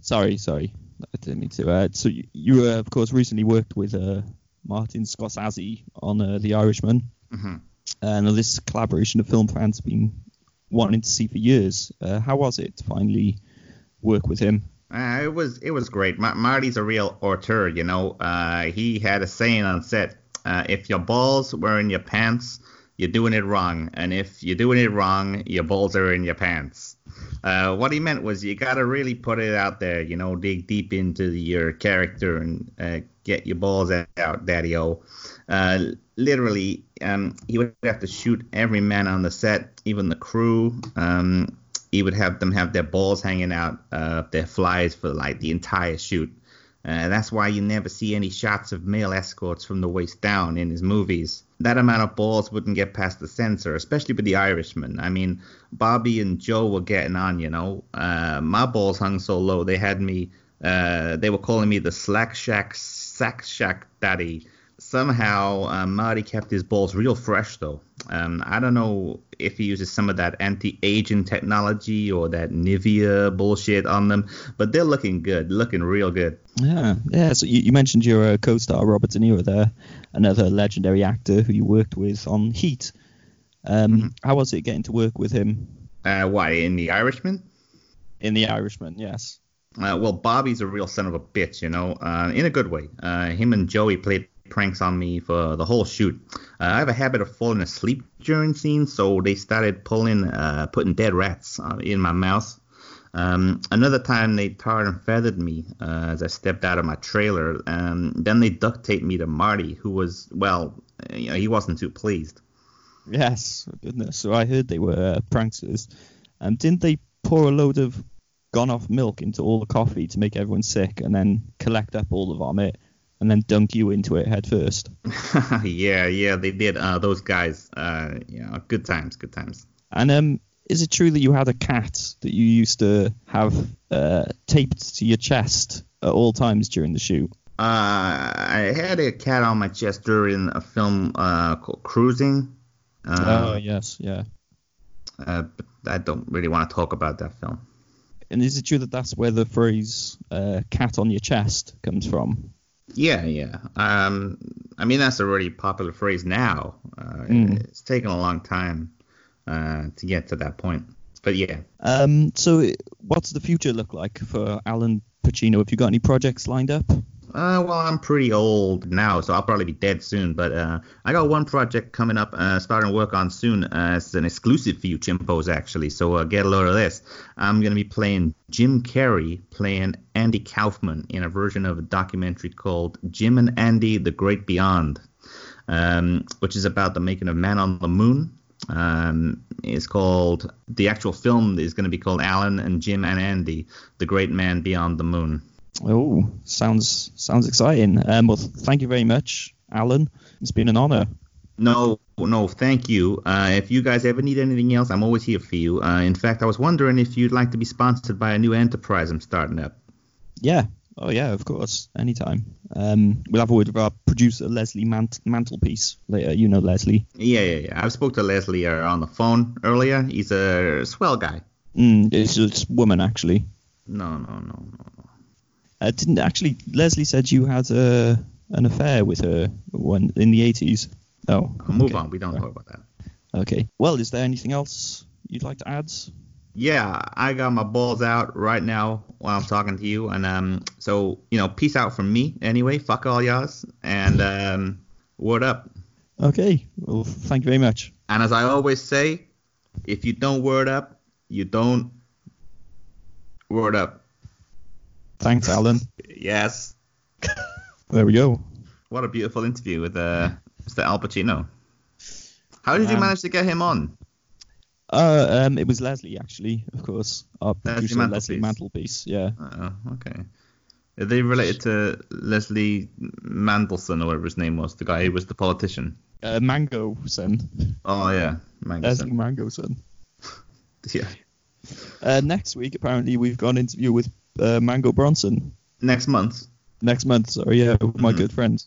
Speaker 2: Sorry, sorry. I didn't mean to. Uh, so you, you uh, of course, recently worked with uh, Martin Scorsese on uh, The Irishman.
Speaker 6: Mhm.
Speaker 2: And this collaboration of film fans have been wanting to see for years. Uh, how was it to finally work with him?
Speaker 6: Uh, it was it was great. Ma- Marty's a real auteur, you know. Uh, he had a saying on set: uh, if your balls were in your pants, you're doing it wrong, and if you're doing it wrong, your balls are in your pants. Uh, what he meant was you gotta really put it out there, you know, dig deep into your character and uh, get your balls out, daddy-o.
Speaker 1: Uh, literally, um, he would have to shoot every man on the set, even the crew. Um, he would have them have their balls hanging out, uh, their flies for like the entire shoot. Uh, that's why you never see any shots of male escorts from the waist down in his movies. That amount of balls wouldn't get past the censor, especially with the Irishman. I mean, Bobby and Joe were getting on, you know. Uh, my balls hung so low, they had me. Uh, they were calling me the Slack Shack Sack Shack Daddy. Somehow, uh, Marty kept his balls real fresh, though. Um, I don't know if he uses some of that anti-aging technology or that Nivea bullshit on them, but they're looking good, looking real good.
Speaker 2: Yeah, yeah. So you, you mentioned your uh, co-star Robert De Niro there, another legendary actor who you worked with on Heat. Um, How was it getting to work with him
Speaker 1: Uh, why in The Irishman?
Speaker 2: in The Irishman? Yes.
Speaker 1: Uh, well, Bobby's a real son of a bitch, you know, uh, in a good way. Uh, him and Joey played pranks on me for the whole shoot. Uh, I have a habit of falling asleep during scenes, so they started pulling, uh, putting dead rats uh, in my mouth. Um, another time they tarred and feathered me uh, as I stepped out of my trailer. Um, then they duct taped me to Marty, who was, well, uh, you know, he wasn't too pleased.
Speaker 2: Yes. Goodness. So I heard they were uh, pranksters. Um, didn't they pour a load of gone-off milk into all the coffee to make everyone sick, and then collect up all the vomit, and then dunk you into it head first?
Speaker 1: yeah, yeah, they did. Uh, those guys, uh, you know, good times, good times.
Speaker 2: And um, is it true that you had a cat that you used to have uh, taped to your chest at all times during the shoot?
Speaker 1: Uh, I had a cat on my chest during a film uh, called Cruising.
Speaker 2: oh
Speaker 1: Uh,
Speaker 2: yes, yeah.
Speaker 1: uh, but I don't really want to talk about that film.
Speaker 2: And is it true that that's where the phrase uh, "cat on your chest" comes from?
Speaker 1: Yeah, yeah. Um, I mean that's a really popular phrase now. Uh,
Speaker 2: Mm.
Speaker 1: It's taken a long time uh, to get to that point. But yeah,
Speaker 2: Um, so, what's the future look like for Alan Pacino? Have you got any projects lined up?
Speaker 1: Uh, well, I'm pretty old now, so I'll probably be dead soon. But uh, I got one project coming up, uh, starting work on soon. Uh, it's an exclusive for you chimpos, actually. So uh, get a load of this. I'm gonna be playing Jim Carrey, playing Andy Kaufman in a version of a documentary called Jim and Andy: The Great Beyond, um, which is about the making of Man on the Moon. Um, it's called the actual film is gonna be called Alan and Jim and Andy: The Great Man Beyond the Moon.
Speaker 2: Oh, sounds sounds exciting. Um, well, thank you very much, Alan. It's been an honour.
Speaker 1: No, no, thank you. Uh, if you guys ever need anything else, I'm always here for you. Uh, in fact, I was wondering if you'd like to be sponsored by a new enterprise I'm starting up.
Speaker 2: Yeah. Oh yeah, of course. Anytime. Um, we'll have a word with our producer Leslie Mant- Mantelpiece later. You know Leslie.
Speaker 1: Yeah, yeah, yeah. I spoke to Leslie uh, on the phone earlier. He's a swell guy.
Speaker 2: Mm, it's it's woman actually.
Speaker 1: No, no, no, no.
Speaker 2: Uh, didn't actually Leslie said you had uh, an affair with her when in the eighties. Oh.
Speaker 1: Uh, Move
Speaker 2: okay.
Speaker 1: on. We don't talk about that.
Speaker 2: Okay. Well, is there anything else you'd like to add?
Speaker 1: Yeah, I got my balls out right now while I'm talking to you, and um, so you know, peace out from me anyway. Fuck all y'alls, and um, word up.
Speaker 2: Okay. Well, thank you very much.
Speaker 1: And as I always say, if you don't word up, you don't word up.
Speaker 2: Thanks, Alan.
Speaker 1: Yes.
Speaker 2: there we go.
Speaker 1: What a beautiful interview with uh, Mr. Al Pacino. How did you
Speaker 2: Um,
Speaker 1: manage to get him on?
Speaker 2: Uh, um, it was Leslie actually, of course, our producer Leslie
Speaker 1: Mantelpiece.
Speaker 2: Mantelpiece. Yeah.
Speaker 1: Oh, okay. Are they related to Leslie Mandelson or whatever his name was, the guy who was the politician?
Speaker 2: Uh, Mango son.
Speaker 1: Oh yeah,
Speaker 2: Leslie
Speaker 1: Mandelson.
Speaker 2: Mango son.
Speaker 1: Yeah.
Speaker 2: Uh, next week, apparently, we've got an interview with uh, Mango Bronson.
Speaker 1: Next month,
Speaker 2: Next month, sorry, yeah, with my good friend.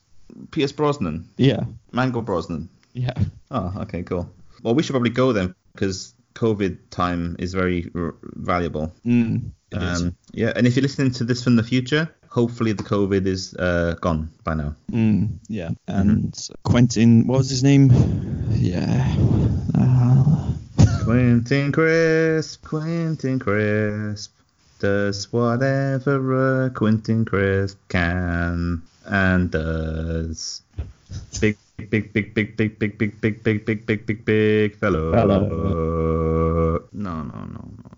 Speaker 1: Pierce Brosnan,
Speaker 2: Yeah,
Speaker 1: Mango Brosnan.
Speaker 2: yeah.
Speaker 1: Oh, okay, cool. Well, we should probably go then because COVID time is very r- valuable.
Speaker 2: Mm, it is.
Speaker 1: Um, yeah, and if you're listening to this from the future, hopefully the COVID is uh, gone by now.
Speaker 2: Mm, yeah. And Quentin, what was his name? Yeah. Uh,
Speaker 1: Quentin Crisp, Quentin Crisp does whatever a Quentin Crisp can and does. Big, big, big, big, big, big, big, big, big, big, big, big, big fellow.
Speaker 2: Fellow.
Speaker 1: No, no, no, no.